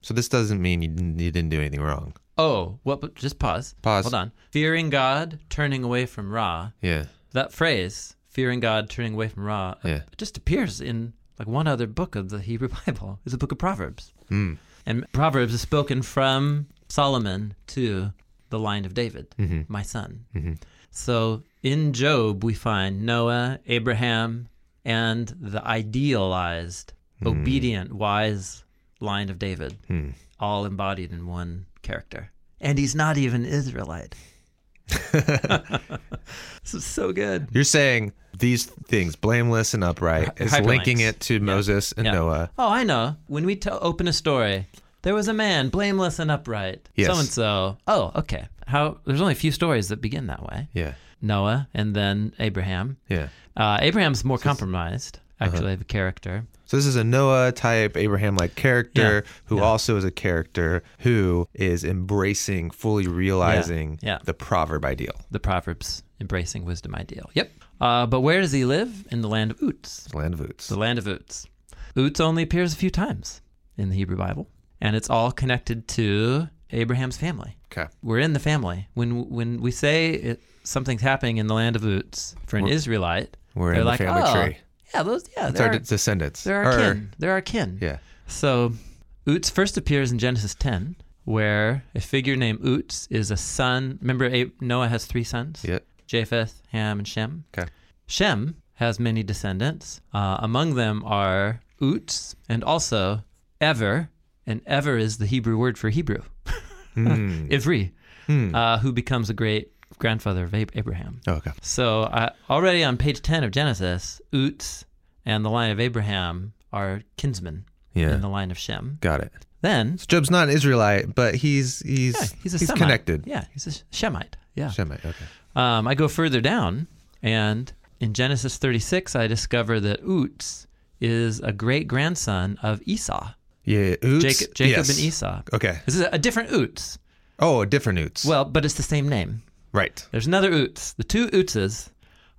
So this doesn't mean you didn't, you didn't do anything wrong. Oh, what? But just pause. Pause. Hold on. Fearing God, turning away from Ra. Yeah. That phrase, fearing God, turning away from Ra, Yeah. it just appears in like one other book of the Hebrew Bible. Hmm. It's the book of Proverbs. Mm. And Proverbs is spoken from Solomon to the line of David, Mhm. my son. Mhm. So in Job, we find Noah, Abraham, and the idealized, obedient, wise line of David, Hmm. all embodied in one character. And he's not even Israelite. this is so good. You're saying these things, blameless and upright, Hy- it's linking hyperlinks. it to Moses and Yeah. Noah. Oh, I know. When we tell open a story, there was a man, blameless and upright. Yes. So and so. Oh, okay. How? There's only a few stories that begin that way. Yeah. Noah and then Abraham. Yeah. Uh, Abraham's more compromised, actually, of character. So this is a Noah type Abraham like character who also is a character who is embracing, fully realizing Yeah. the proverb ideal. The Proverbs embracing wisdom ideal. Yep. Uh, but where does he live? In the land of Uts. Land of Oots. The land of Uts. Uts only appears a few times in the Hebrew Bible, and it's all connected to Abraham's family. Okay. We're in the family. When when we say it, something's happening in the land of Uts for an Israelite, We're they're in the like, family oh, tree. yeah, those, yeah, It's our they're, de- descendants. they're our Or- kin. They're our kin. Yeah. So, Uts first appears in Genesis 10, where a figure named Uts is a son. Remember, A- Noah has three sons Yeah. Japheth, Ham, and Shem. Okay. Shem has many descendants. Uh, among them are Uts and also Ever, and Ever is the Hebrew word for Hebrew, Hmm. Ivri, Hmm. uh, who becomes a great grandfather of Ab- Abraham. Oh, okay. So, uh, already on page 10 of Genesis, Uts and the line of Abraham are kinsmen Yeah. in the line of Shem. Got it. Then So Job's not an Israelite, but he's he's yeah, he's a Semite. connected. Yeah, he's a Shemite. Yeah. Shemite. Okay. Um, I go further down, and in Genesis 36, I discover that Uts is a great grandson of Esau, Yeah. Oots. Jacob, Jacob Yes. and Esau. Okay. This is a, a different Uts. Oh, different Oots. Well, but it's the same name. right. There's another Uts. The two Utses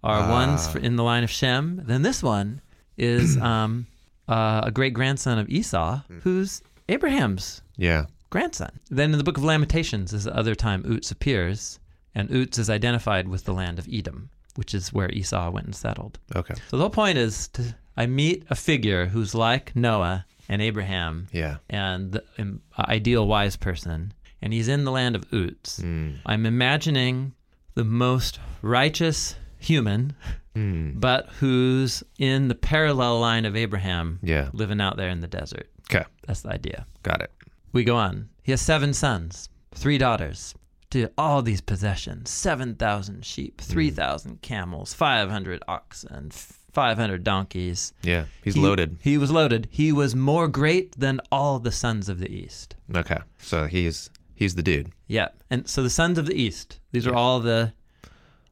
are ones for, in the line of Shem. Then this one is um, uh, a great grandson of Esau, who's Abraham's Yeah. grandson. Then in the book of Lamentations is the other time Uts appears, and Uts is identified with the land of Edom, which is where Esau went and settled. Okay. So the whole point is to I meet a figure who's like Noah and Abraham Yeah. and the um, ideal wise person, and he's in the land of Uts. Mm. I'm imagining the most righteous human, Mm. but who's in the parallel line of Abraham, Yeah. living out there in the desert. Okay. That's the idea. Got it. We go on. He has seven sons, three daughters, to all these possessions 7,000 sheep, Hmm. 3,000 camels, 500 oxen, 500 donkeys. Yeah. He's He- loaded. He was loaded. He was more great than all the sons of the East. Okay. So he's he's the dude. Yeah. And so the sons of the East, these are all the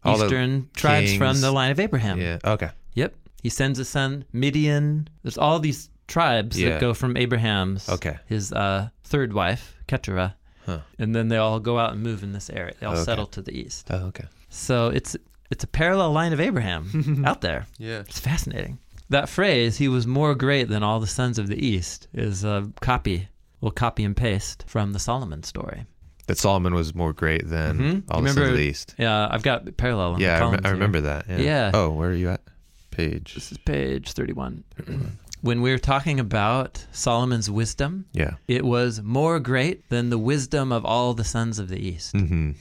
All the Eastern tribes from kings. the line of Abraham. Yeah. Okay. Yep. He sends his son Midian. There's all these tribes Yeah. that go from Abraham's, Okay. his uh, third wife, Keturah. Huh. And then they all go out and move in this area. They all Okay. settle to the east. Oh, okay. So it's it's a parallel line of Abraham out there. Yeah. It's fascinating. That phrase, he was more great than all the sons of the east, is a copy. We'll copy and paste from the Solomon story. That Solomon was more great than Mhm. all You the sons of remember- the east. Yeah, I've got parallel. In Yeah, the I, rem- columns I here. remember that. Yeah. Yeah. Oh, where are you at? Page. This is page 31. when we were talking about Solomon's wisdom, Yeah. it was more great than the wisdom of all the sons of the east. Mm-hmm.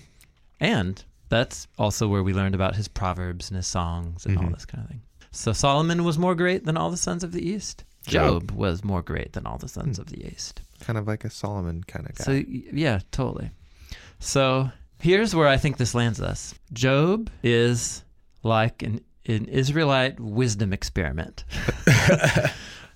And that's also where we learned about his proverbs and his songs and all Mhm. this kind of thing. So Solomon was more great than all the sons of the East. Job. Job was more great than all the sons of the East. Kind of like a Solomon kind of guy. So, y- yeah, totally. So, here's where I think this lands us Job is like an, an Israelite wisdom experiment.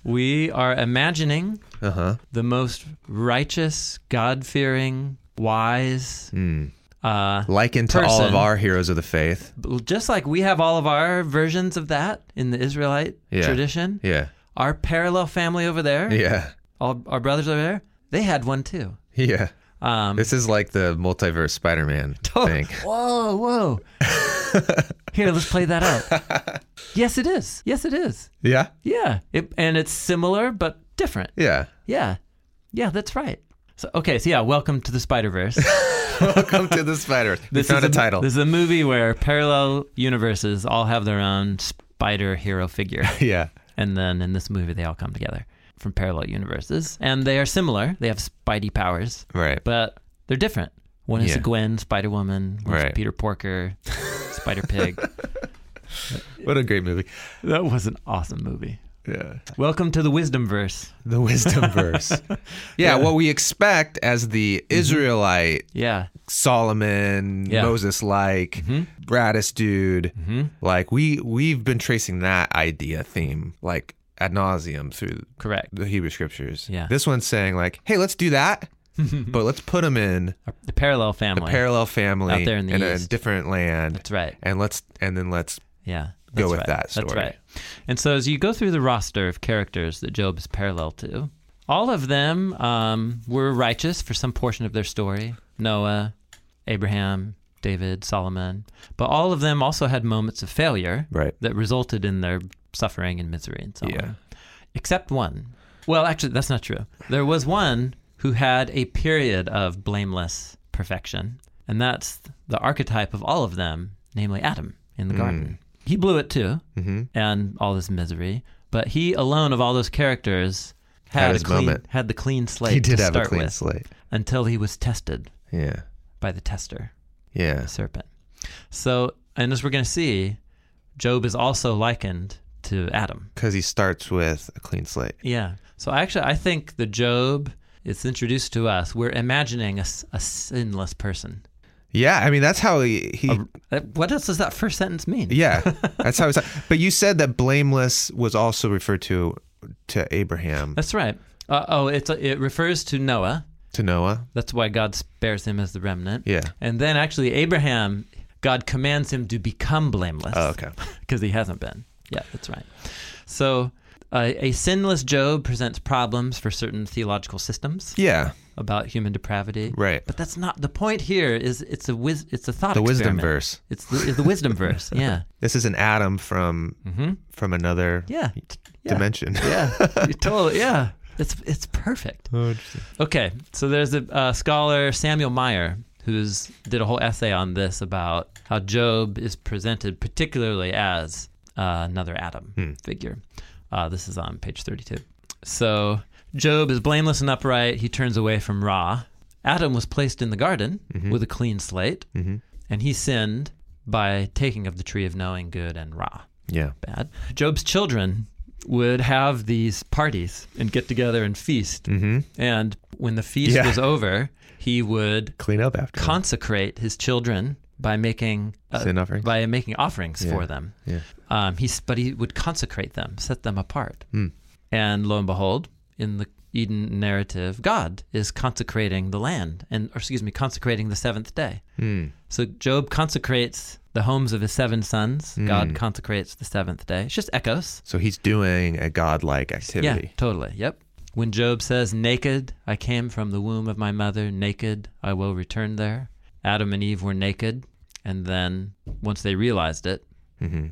we are imagining uh huh. the most righteous, God fearing, wise, Mm. uh, Likened to all of Person. our heroes of the faith. just like we have all of our versions of that in the Israelite Yeah. tradition, Yeah. our parallel family over there, Yeah. all our brothers over there, they had one too. Yeah. Um, This is like the multiverse Spider Man thing. Whoa, whoa. Here, let's play that out. yes, it is. Yes, it is. Yeah. Yeah. It, and it's similar but different. Yeah. Yeah. Yeah, that's right. So, okay, so yeah, welcome to the Spider Verse. Welcome to the Spider. We found a, title. This is a movie where parallel universes all have their own spider hero figure. yeah. And then in this movie, they all come together from parallel universes. And they are similar. They have spidey powers, Right. but they're different. One is Yeah. a Gwen, Spider Woman, one's Right. Peter Porker, Spider Pig. What a great movie. that was an awesome movie. Yeah. Welcome to the Wisdom Verse. The wisdom verse. yeah, what we expect as the Israelite Yeah. Solomon, Mm-hmm. Yeah. Mm-hmm. Moses like, Braddus dude. Like we we've been tracing that idea theme like ad nauseum through Correct. the Hebrew scriptures. Yeah. This one's saying like, hey, let's do that, but let's put them in The parallel family. parallel family Out there in the a East. different land, That's right. and let's and then let's Yeah. Go That's with right. that That's story. right. And so as you go through the roster of characters that Job is parallel to, all of them um, were righteous for some portion of their story Noah, Abraham, David, Solomon. But all of them also had moments of failure right. that resulted in their suffering and misery and so Yeah. on. Except one. Well, actually, that's not true. There was one who had a period of blameless perfection, and that's the archetype of all of them, namely Adam in Hmm. the garden. He blew it too, Mm-hmm. and all this misery, but he alone of all those characters had, Had a his clean, moment. had the clean slate He did to have a start clean with slate. until he was tested Yeah. by the tester Yeah. the serpent. So, and as we're going to see, Job is also likened to Adam. Because he starts with a clean slate. Yeah. So actually, I think the Job it's introduced to us. We're imagining a, s- a sinless person. Yeah, I mean that's how he. he Uh, What else does that first sentence mean? yeah, that's how he. Started. But you said that blameless was also referred to to Abraham, That's right. Uh, oh, it's it refers to Noah. to Noah. That's why God spares him as the remnant. Yeah. And then actually Abraham, God commands him to become blameless. Oh, okay. because he hasn't been. Yeah, that's right. So, uh, a sinless Job presents problems for certain theological systems Yeah. about human depravity. Right. But that's not the point. Here is it's a wis- it's a thought The wisdom experiment. verse. It's the, it's the wisdom verse. Yeah. This is an Adam from from another Yeah. Yeah. dimension. Yeah. You totally. Yeah. It's it's perfect. Oh, interesting. Okay, so there's a uh, scholar Samuel Meyer who's did a whole essay on this about how Job is presented particularly as uh, another Adam figure. Uh, this is on page 32. So Job is blameless and upright. He turns away from Ra. Adam was placed in the garden with a clean slate, Mm-hmm. and he sinned by taking of the tree of knowing good and Ra yeah. bad. Job's children would have these parties and get together and feast. Mm-hmm. And when the feast Yeah. was over, he would Clean up after. him. consecrate his children by making uh, Sin offerings? by making offerings Yeah. for them. Yeah. Um, he s- but he would consecrate them, set them apart. Hmm. And lo and behold, in the Eden narrative, God is consecrating the land, and or excuse me, consecrating the seventh day. Hmm. So Job consecrates the homes of his seven sons. Hmm. God consecrates the seventh day. It's just echoes. So he's doing a godlike activity. Yeah, totally. Yep. When Job says, Naked I came from the womb of my mother, naked I will return there. Adam and Eve were naked. And then once they realized it,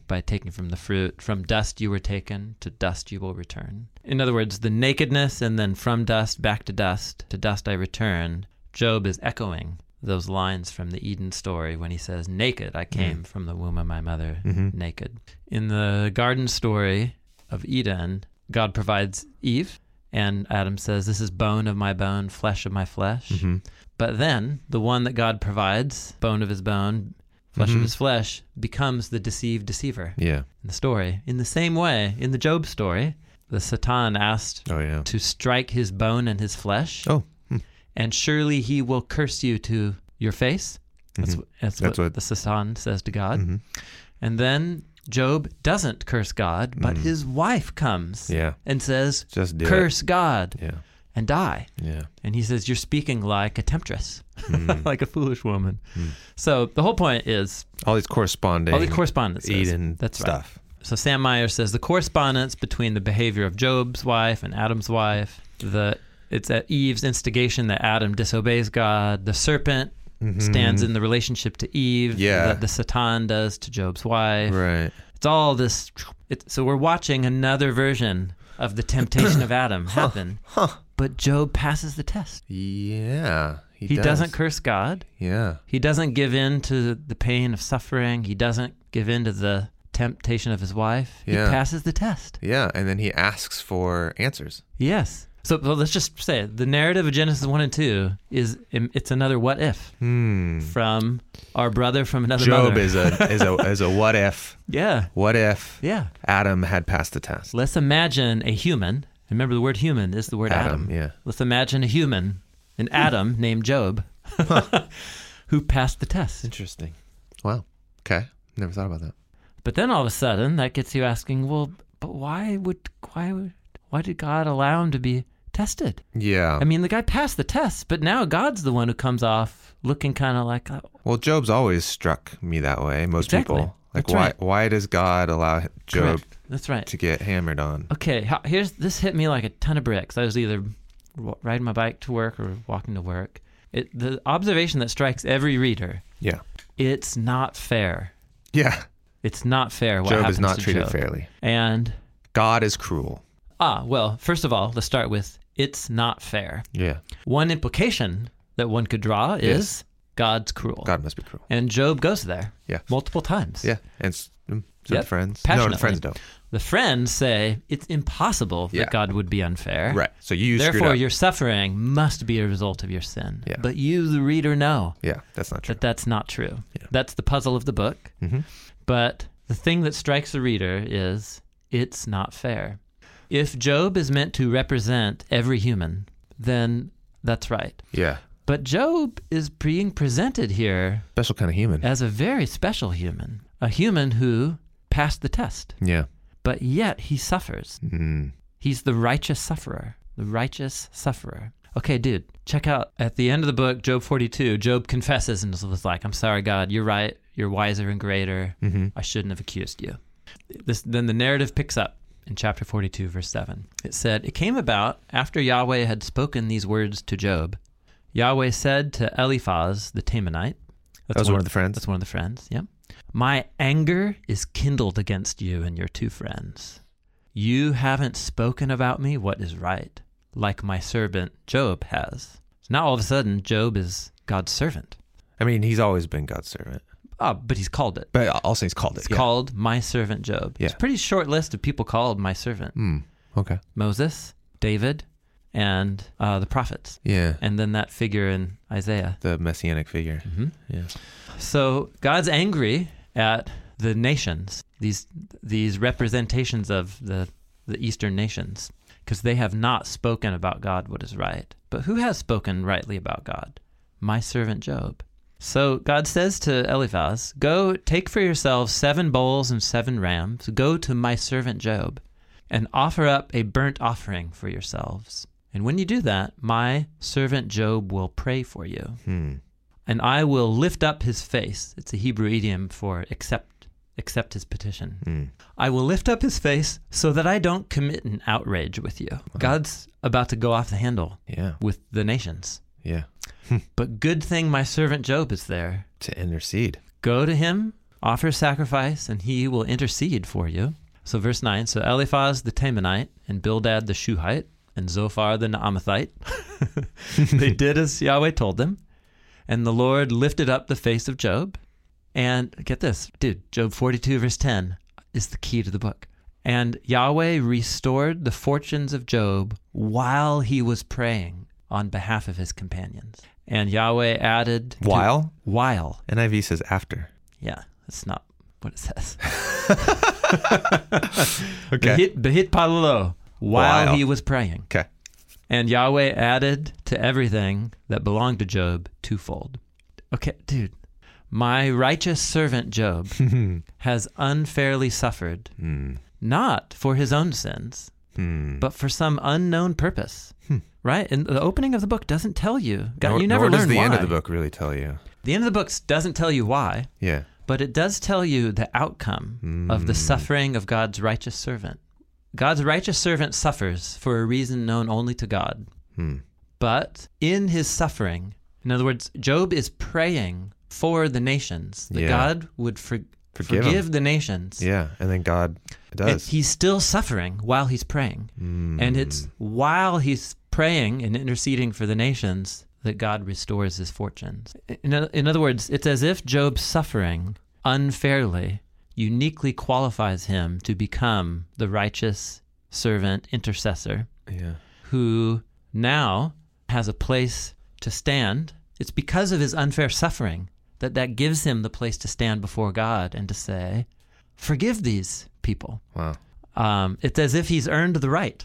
by taking from the fruit, from dust you were taken, to dust you will return. In other words, the nakedness and then from dust back to dust, to dust I return. Job is echoing those lines from the Eden story when he says, Naked I came from the womb of my mother, naked. In the garden story of Eden, God provides Eve, and Adam says, This is bone of my bone, flesh of my flesh. Mm-hmm. But then the one that God provides, bone of his bone, flesh Mm-hmm. of his flesh, becomes the deceived deceiver Yeah. in the story. In the same way, in the Job story, the Satan asked Oh yeah. to strike his bone and his flesh, Oh. hmm. and surely he will curse you to your face. That's, Mm-hmm. wh- that's, That's what, what- Mm-hmm. the Satan says to God. And then Job doesn't curse God, but Mm. his wife comes Yeah. and says, Just do it. Curse God Yeah. and die. Yeah. And he says, You're speaking like a temptress, Mm. like a foolish woman. So the whole point is All these corresponding all the correspondence. Eden That's right. stuff. So Sam Meyer says the correspondence between the behavior of Job's wife and Adam's wife, the it's at Eve's instigation that Adam disobeys God. The serpent stands in the relationship to Eve Mm-hmm. Yeah. that the Satan does to Job's wife. Right. It's all this. It, so we're watching another version of the temptation of Adam happen. But Job passes the test. Yeah. He doesn't curse God. Yeah. He doesn't give in to the pain of suffering. He doesn't give in to the temptation of his wife. Yeah. He passes the test. Yeah. And then he asks for answers. Yes. So well, let's just say it. the narrative of Genesis one and two is it's another what if Hmm. from our brother from another Job mother. is a is a is a what if? yeah, What if yeah. Adam had passed the test? Let's imagine a human. Remember the word human is the word Adam. yeah. Let's imagine a human, Hmm. an Adam named Job, who passed the test. Interesting. Wow. Okay. Never thought about that. But then all of a sudden, that gets you asking, well, but why would why would why did God allow him to be tested? Yeah. I mean, the guy passed the test, but now God's the one who comes off looking kind of like, oh, Well, Job's always struck me that way. Most Exactly. people. Like That's why right. why does God allow Job correct. That's right. to get hammered on? Okay, ho- here's this hit me like a ton of bricks. I was either wa- riding my bike to work or walking to work. It, the observation that strikes every reader: Yeah. it's not fair. Yeah. It's not fair. What Job happens is not to treated Job. fairly. And God is cruel. ah, well, first of all, let's start with it's not fair. Yeah. One implication that one could draw is Yes. God's cruel. God must be cruel. And Job goes there Yeah. multiple times. Yeah. And s- mm, so Yep. do friends. No, Passionately. friends don't. The friends say it's impossible Yeah. that God would be unfair. Right. So you screwed Therefore, up. your suffering must be a result of your sin. Yeah. But you, the reader, know yeah. That's not true. that that's not true. Yeah. That's the puzzle of the book. Mhm. But the thing that strikes the reader is it's not fair. If Job is meant to represent every human, then that's right. Yeah. But Job is being presented here Special kind of human. as a very special human, a human who passed the test, yeah. but yet he suffers. Mm. He's the righteous sufferer, the righteous sufferer. Okay, dude, check out at the end of the book, Job 42, Job confesses and was like, I'm sorry, God, you're right. You're wiser and greater. Mm-hmm. I shouldn't have accused you. This, then the narrative picks up in chapter 42, verse 7. It said, It came about after Yahweh had spoken these words to Job. Yahweh said to Eliphaz the Temanite, That was one of the friends. that's one of the friends. Yep. My anger is kindled against you and your two friends. You haven't spoken about me what is right, like my servant Job has. So now all of a sudden, Job is God's servant. I mean, he's always been God's servant, Ah, but he's called it. but also he's called it. It's yeah. called my servant Job. It's a Yeah. pretty short list of people called my servant Mm. Okay. Moses, David, and uh, the prophets. Yeah. And then that figure in Isaiah. The messianic figure. Mm-hmm. Yeah. So God's angry at the nations, these these representations of the the eastern nations, because they have not spoken about God what is right. But who has spoken rightly about God? My servant Job. So God says to Eliphaz, "Go take for yourselves seven bulls and seven rams. Go to my servant Job, and offer up a burnt offering for yourselves. And when you do that, my servant Job will pray for you." Hmm. and I will lift up his face. It's a Hebrew idiom for accept accept his petition. Hmm. I will lift up his face so that I don't commit an outrage with you. God's about to go off the handle Yeah. with the nations. Yeah. But good thing my servant Job is there. To intercede. Go to him, offer sacrifice, and he will intercede for you. So verse 9, so Eliphaz the Temanite and Bildad the Shuhite and Zophar the Naamathite, they did as Yahweh told them. And the Lord lifted up the face of Job. And get this, dude, Job 42 verse 10 is the key to the book. And Yahweh restored the fortunes of Job while he was praying on behalf of his companions. And Yahweh added to- While while NIV says after. yeah, that's not what it says. Okay. Behit, behit palalo, while, While. he was praying. Okay. And Yahweh added to everything that belonged to Job twofold. Okay, dude, my righteous servant Job has unfairly suffered, Hmm. not for his own sins, Hmm. but for some unknown purpose. Right? And the opening of the book doesn't tell you. God, nor, you never nor does learn the why. end of the book really tell you. The end of the book doesn't tell you why. Yeah. But it does tell you the outcome of the Mm. suffering of God's righteous servant. God's righteous servant suffers for a reason known only to God. Hmm. But in his suffering, in other words, Job is praying for the nations that Yeah. God would for- Forgive forgive, 'em. the nations. Yeah. And then God And does. he's still suffering while he's praying. Hmm. And it's while he's praying and interceding for the nations that God restores his fortunes. In, in other words, it's as if Job's suffering unfairly uniquely qualifies him to become the righteous servant intercessor yeah. who now has a place to stand. It's because of his unfair suffering that that gives him the place to stand before God and to say, "Forgive these people." Wow. Um, it's as if he's earned the right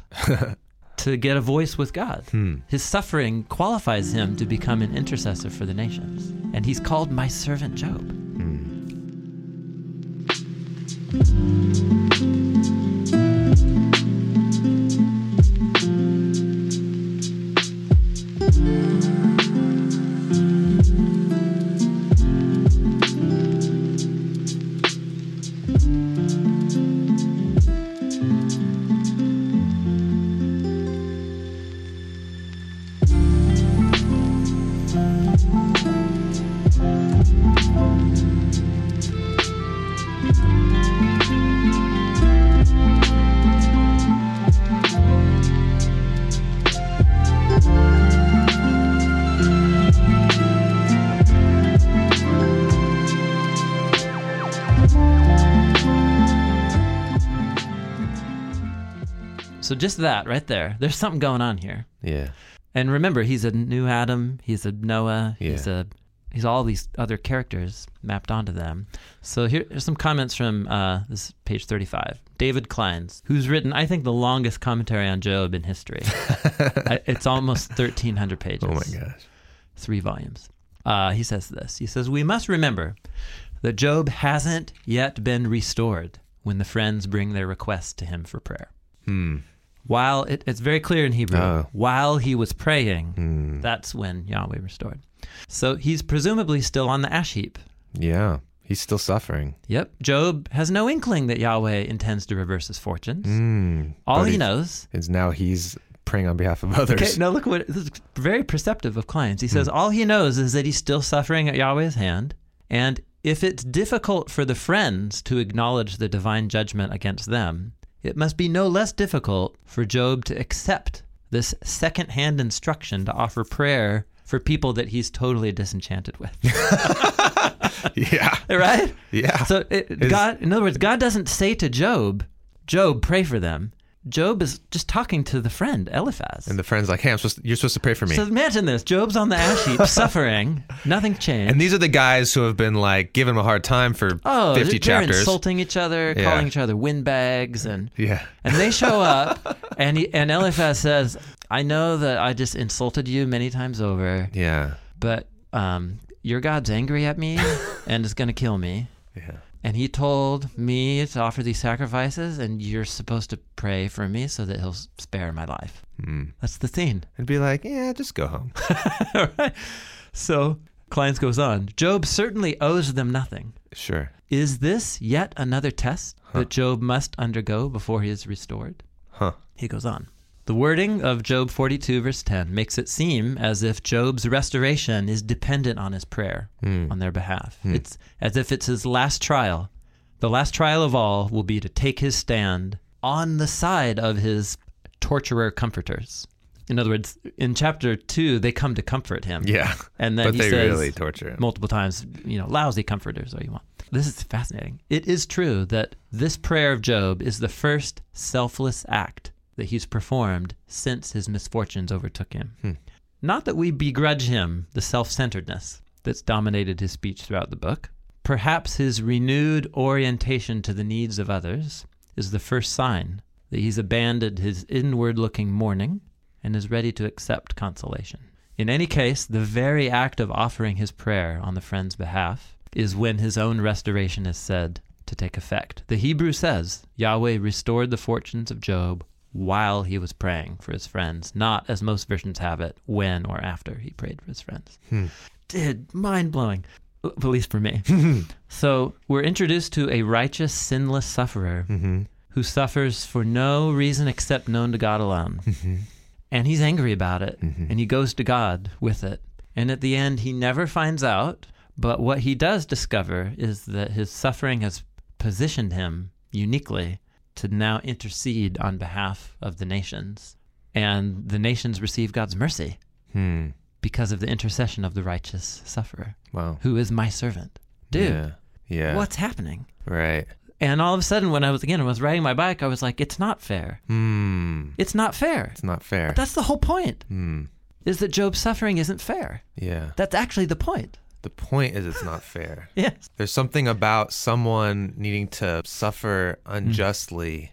to get a voice with God. Hmm. His suffering qualifies him to become an intercessor for the nations, and he's called my servant Job. So just that right there. There's something going on here. Yeah. And remember, he's a new Adam. He's a Noah. Yeah. He's a he's all these other characters mapped onto them. So here, here's some comments from uh, this is page 35. David Kleins, who's written I think the longest commentary on Job in history. I, it's almost 1,300 pages. Oh my gosh. Three volumes. Uh, he says this. He says we must remember that Job hasn't yet been restored when the friends bring their requests to him for prayer Hmm. while it, it's very clear in Hebrew, Oh. while he was praying, Hmm. that's when Yahweh restored. So he's presumably still on the ash heap. Yeah. He's still suffering. Yep. Job has no inkling that Yahweh intends to reverse his fortunes. Hmm. All But he he's- knows. is now he's praying on behalf of others. Okay, now look what this is very perceptive of clients. He says all he knows is that he's still suffering at Yahweh's hand, and if it's difficult for the friends to acknowledge the divine judgment against them, it must be no less difficult for Job to accept this second-hand instruction to offer prayer for people that he's totally disenchanted with. Yeah. right? Yeah. So it, God, in other words, God doesn't say to Job, "Job, pray for them." Job is just talking to the friend Eliphaz. and the friend's like, hey, I'm supposed to- you're supposed to pray for me. So imagine this: Job's on the ash heap, suffering. Nothing's changed. and these are the guys who have been like giving him a hard time for oh, 50 they're chapters. insulting each other, Yeah. calling each other windbags, and yeah. and they show up, and he, and Eliphaz says, "I know that I just insulted you many times over, Yeah. but um, your God's angry at me and is going to kill me." Yeah. And he told me to offer these sacrifices, and you're supposed to pray for me so that he'll s- spare my life. Mm. That's the scene. And be like, yeah, just go home. All right. So Kleins goes on Job certainly owes them nothing. sure. Is this yet another test that Job must undergo before he is restored? Huh. He goes on. The wording of Job 42, verse 10, makes it seem as if Job's restoration is dependent on his prayer Hmm. on their behalf. It's as if it's his last trial. The last trial of all will be to take his stand on the side of his torturer comforters. In other words, in chapter 2, they come to comfort him. Yeah. And then but he they says, really torture him. multiple times, you know, lousy comforters, all you want. This is fascinating. It is true that this prayer of Job is the first selfless act that he's performed since his misfortunes overtook him. Hmm. Not that we begrudge him the self centeredness that's dominated his speech throughout the book. Perhaps his renewed orientation to the needs of others is the first sign that he's abandoned his inward looking mourning and is ready to accept consolation. In any case, the very act of offering his prayer on the friend's behalf is when his own restoration is said to take effect. The Hebrew says Yahweh restored the fortunes of Job while he was praying for his friends, not as most versions have it, when or after he prayed for his friends. Hmm. Dude, mind blowing, at least for me. so we're introduced to a righteous, sinless sufferer Mm-hmm. who suffers for no reason except known to God alone. Mm-hmm. And he's angry about it, and he goes to God with it. And at the end, he never finds out, but what he does discover is that his suffering has positioned him uniquely to now intercede on behalf of the nations. And the nations receive God's mercy Hmm. because of the intercession of the righteous sufferer, Wow. who is my servant. Dude, Yeah. yeah. what's happening? Right. And all of a sudden, when I was again, when I was riding my bike, I was like, it's not fair. Hmm. It's not fair. It's not fair. That's the whole point. Hmm. Is that Job's suffering isn't fair? Yeah. That's actually the point. The point is, it's not fair. Yes. There's something about someone needing to suffer unjustly.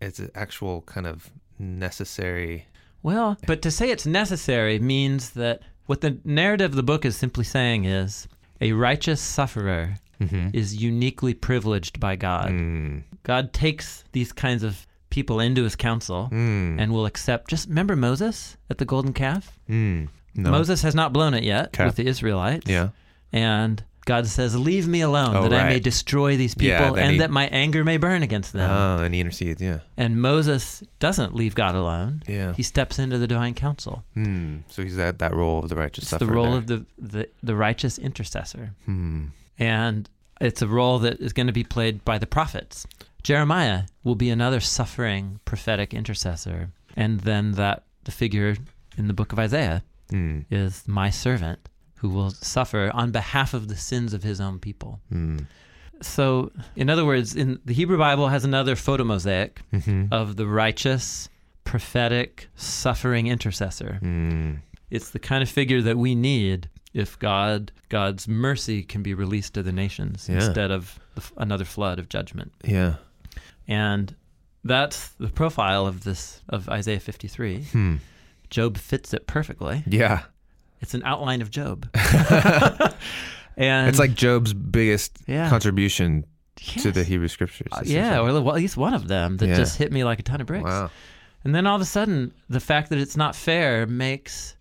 It's an actual kind of necessary. Well, but to say it's necessary means that what the narrative of the book is simply saying is a righteous sufferer is uniquely privileged by God. Mm. God takes these kinds of people into his council Mm. and will accept. Just remember Moses at the golden calf? Mm. No. Moses has not blown it yet Okay. with the Israelites. Yeah. And God says, Leave me alone Oh, that I may right. destroy these people Yeah, then and he- that my anger may burn against them. Oh, and he intercedes. Yeah. And Moses doesn't leave God alone. Yeah. He steps into the divine council. Hmm. So he's at that role of the righteous It's sufferer. the role there. of the, the, the righteous intercessor. Hmm. And it's a role that is going to be played by the prophets. Jeremiah will be another suffering prophetic intercessor. And then that the figure in the book of Isaiah Hmm. is my servant who will suffer on behalf of the sins of his own people. Hmm. So, in other words, in the Hebrew Bible has another photomosaic Mm-hmm. of the righteous, prophetic, suffering intercessor. Hmm. It's the kind of figure that we need if God God's mercy can be released to the nations Yeah. instead of the f- another flood of judgment. Yeah. And that's the profile of this of Isaiah 53. Hmm. Job fits it perfectly. Yeah. It's an outline of Job. and it's like Job's biggest Yeah. contribution to yes. the Hebrew scriptures. Uh, yeah, or well, at least one of them that Yeah. just hit me like a ton of bricks. Wow. And then all of a sudden, the fact that it's not fair makes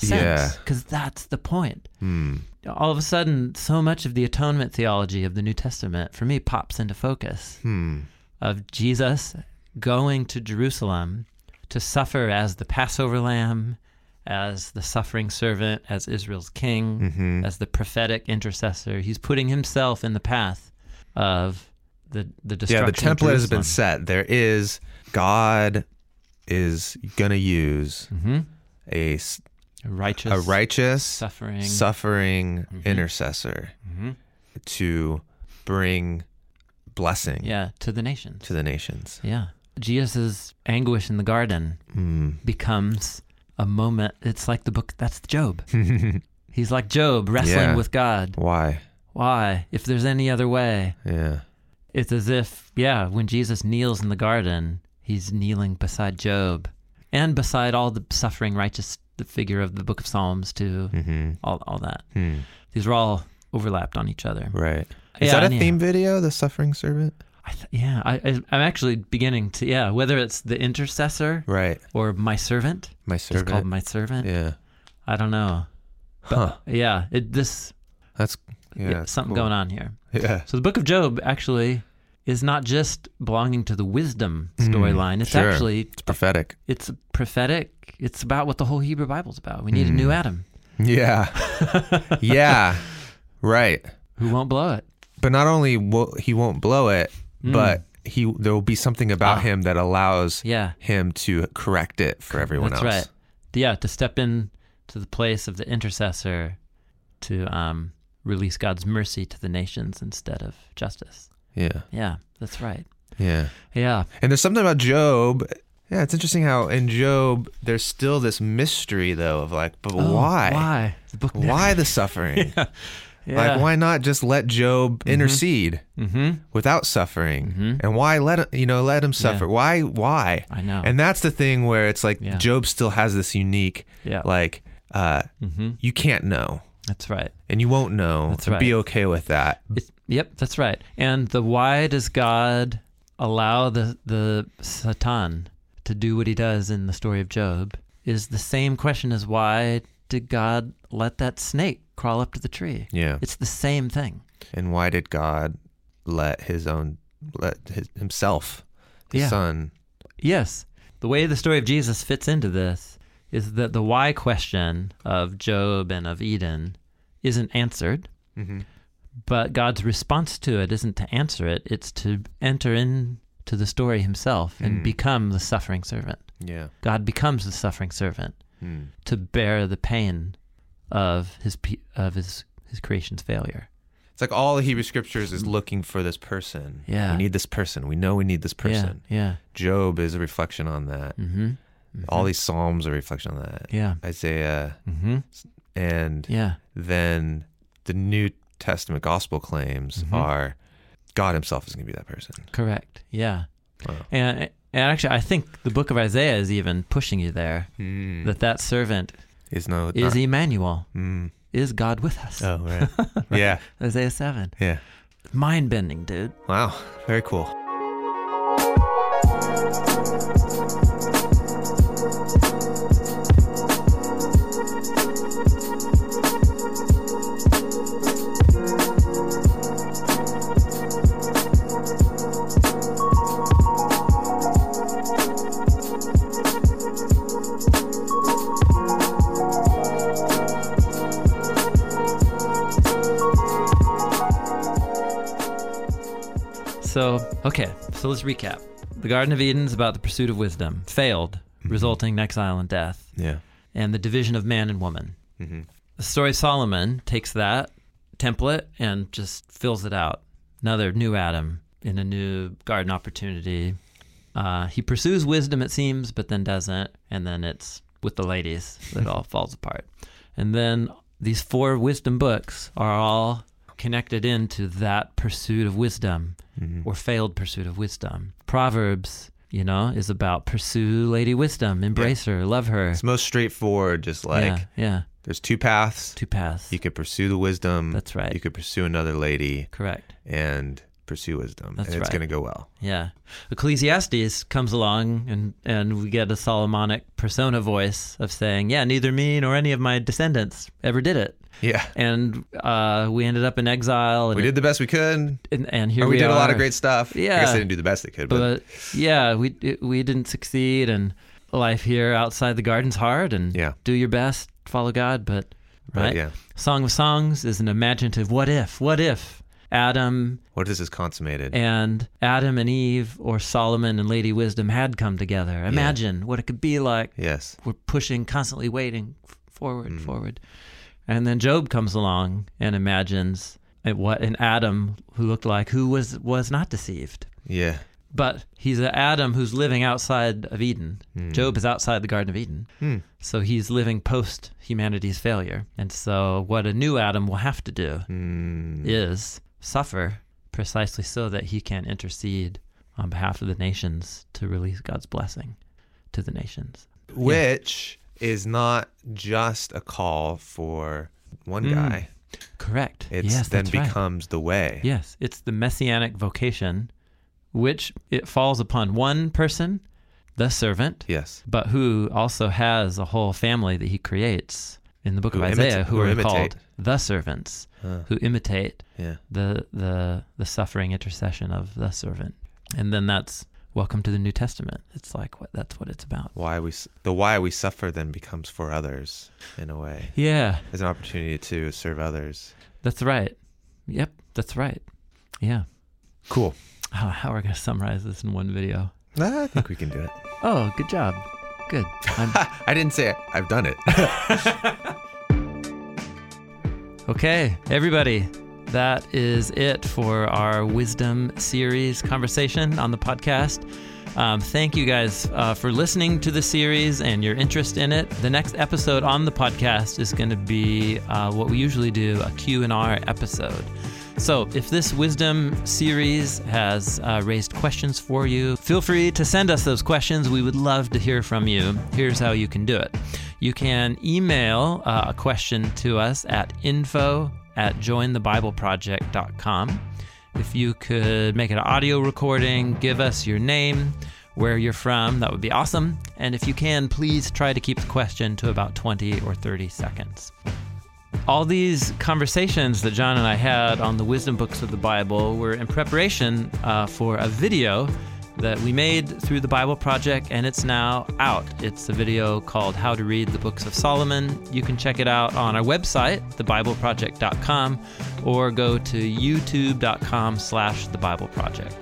Yeah. sense because that's the point. Hmm. All of a sudden, so much of the atonement theology of the New Testament for me pops into focus Hmm. of Jesus going to Jerusalem to suffer as the Passover lamb, as the suffering servant, as Israel's king, Mm-hmm. as the prophetic intercessor. He's putting himself in the path of the the destruction. Yeah, the of template has been Jerusalem. set. There is God is gonna use Mhm. a s- A righteous, a righteous suffering. suffering Mhm. intercessor Mhm. to bring blessing Yeah, to the nations. to the nations. Yeah. Jesus' anguish in the garden Mm. becomes a moment. It's like the book, that's Job. He's like Job wrestling Yeah. with God. Why? Why? If there's any other way. Yeah. It's as if, yeah, when Jesus kneels in the garden, he's kneeling beside Job and beside all the suffering righteous the figure of the book of Psalms, too. Mm-hmm. All, all that. Hmm. These are all overlapped on each other. Right. Yeah, Is that a anyhow. theme video? The suffering servant. I th- yeah, I, I, I'm actually beginning to, yeah, whether it's the intercessor Right. or my servant. My It's called servant. my servant. yeah. I don't know. But Huh. yeah, it, this That's yeah. yeah, something going on here. Yeah. So the book of Job actually is not just belonging to the wisdom storyline. it's Hmm, sure. actually It's prophetic. it's prophetic. It's about what the whole Hebrew Bible's about. We need a new Hmm. Adam Yeah. yeah. Right. who won't blow it. But not only will he won't blow it, Mm. but he there will be something about Ah. him that allows Yeah, him to correct it for everyone that's else. right. Yeah, to step in to the place of the intercessor to um, release God's mercy to the nations instead of justice. Yeah. Yeah, that's right. Yeah. Yeah. And there's something about Job. Yeah, it's interesting how in Job there's still this mystery though of like, but Oh, why? Why? The book never- Why the suffering? Yeah. Like why not just let Job intercede Mm-hmm. without suffering? Mhm. And why let him, you know, let him suffer? Why why? I know. And that's the thing where it's like Oh. Yeah. Job still has this unique yeah. like uh mm-hmm. you can't know That's right. and you won't know. That's and Be right. okay with that. It's, yep, that's right. And the why does God allow the the Satan to do what he does in the story of Job is the same question as why did God let that snake crawl up to the tree? Yeah. It's the same thing. And why did God let his own let his, himself his Yeah. son Yes. The way the story of Jesus fits into this is that the why question of Job and of Eden isn't answered. Mhm. But God's response to it isn't to answer it, it's to enter into the story himself and Mm. become the suffering servant. Yeah. God becomes the suffering servant Hmm. to bear the pain of his pe- of his his creation's failure. It's like all the Hebrew scriptures is looking for this person. Yeah. We need this person. We know we need this person. Yeah. Job is a reflection on that. Yeah. Mm-hmm. All these Psalms are a reflection on that. Yeah. Isaiah. Mm-hmm. And Yeah. then the New Testament gospel claims Mhm. are God himself is going to be that person. Correct. Yeah. Wow. And, and actually, I think the book of Isaiah is even pushing you there Mm. Hmm. that that servant Is no. is Emmanuel, Mm. is God with us. Oh, right. yeah. Isaiah 7. Yeah. Mind bending, dude. Wow. Very cool. So, okay, so let's recap. The Garden of Eden is about the pursuit of wisdom, failed, resulting in exile and death, Yeah. and the division of man and woman. Mm-hmm. The story of Solomon takes that template and just fills it out. Another new Adam in a new garden opportunity. Uh, he pursues wisdom, it seems, but then doesn't. And then it's with the ladies that it all falls apart. And then these four wisdom books are all connected into that pursuit of wisdom Mm-hmm. or failed pursuit of wisdom. Proverbs, you know, is about pursue lady wisdom, embrace her, love her. It's most straightforward. Just like yeah, yeah, there's two paths. two paths. You could pursue the wisdom. That's right. You could pursue another lady Correct. and pursue wisdom. That's and it's right. going to go well. Yeah. Ecclesiastes comes along and, and we get a Solomonic persona voice of saying, yeah, neither me nor any of my descendants ever did it. Yeah. And uh, we ended up in exile. And, We did the best we could. and, and here Or we, did a lot are. of great stuff. I guess Yeah. they didn't do the best they could, but, But yeah, we, we didn't succeed. And life here outside the garden's hard. And yeah. do your best, follow God, but But right. yeah. Song of Songs is an imaginative what if, what if Adam What if this is consummated? and Adam and Eve or Solomon and Lady Wisdom had come together. Imagine what it could be like. yes. We're pushing, constantly waiting f- forward, Mm. forward. And then Job comes along and imagines it- what an Adam who looked like who was was not deceived. Yeah. But he's an Adam who's living outside of Eden. Mm. Job is outside the Garden of Eden. Hmm. So he's living post humanity's failure. And so, what a new Adam will have to do Mm. is suffer precisely so that he can intercede on behalf of the nations to release God's blessing to the nations. Which is not just a call for one Mm. guy. Correct. It yes, then that's right. becomes the way. Yes, it's the messianic vocation, which it falls upon one person, the servant, Yes. but who also has a whole family that he creates in the book Who of imita- Isaiah, who, who are imitate. called the servants, Huh. who imitate Yeah. the the the suffering intercession of the servant and then that's welcome to the new testament it's like what that's what it's about Why we s- the why we suffer then becomes for others in a way. yeah As an opportunity to serve others. that's right yep that's right yeah Cool. how, how are we going to summarize this in one video I think we can do it. oh good job good I'm, I didn't say it. I've done it. okay everybody that is it for our wisdom series conversation on the podcast Um, thank you guys uh, for listening to the series and your interest in it. The next episode on the podcast is going to be uh, what we usually do a Q&R episode. So, if this wisdom series has uh, raised questions for you, feel free to send us those questions. We would love to hear from you. Here's how you can do it you can email uh, a question to us at info at jointhebibleproject.com if you could make an audio recording, give us your name, where you're from, that would be awesome. And if you can, please try to keep the question to about 20 or 30 seconds. All these conversations that John and I had on the wisdom books of the Bible were in preparation uh, for a video that we made through the Bible Project, and it's now out. It's a video called How to Read the Books of Solomon. You can check it out on our website, thebibleproject.com, or go to youtube.com slash the Bible Project.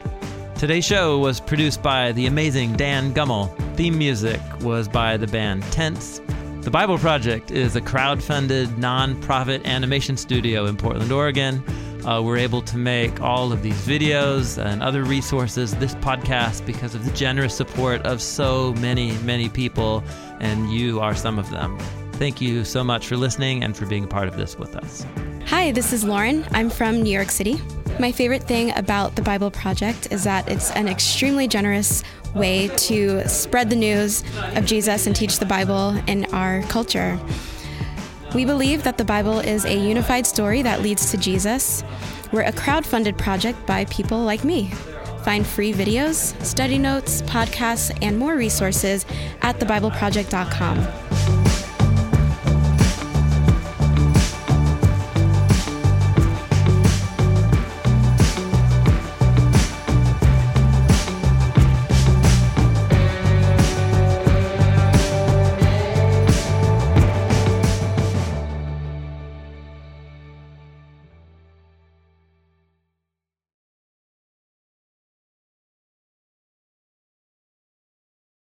Today's show was produced by the amazing Dan Gummel. Theme music was by the band Tense. The Bible Project is a crowdfunded nonprofit animation studio in Portland, Oregon. Uh, we're able to make all of these videos and other resources, this podcast, because of the generous support of so many, many people, and you are some of them. Thank you so much for listening and for being a part of this with us. Hi, this is Lauren. I'm from New York City. My favorite thing about the Bible Project is that it's an extremely generous way to spread the news of Jesus and teach the Bible in our culture. We believe that the Bible is a unified story that leads to Jesus. We're a crowd-funded project by people like me. Find free videos, study notes, podcasts, and more resources at thebibleproject.com.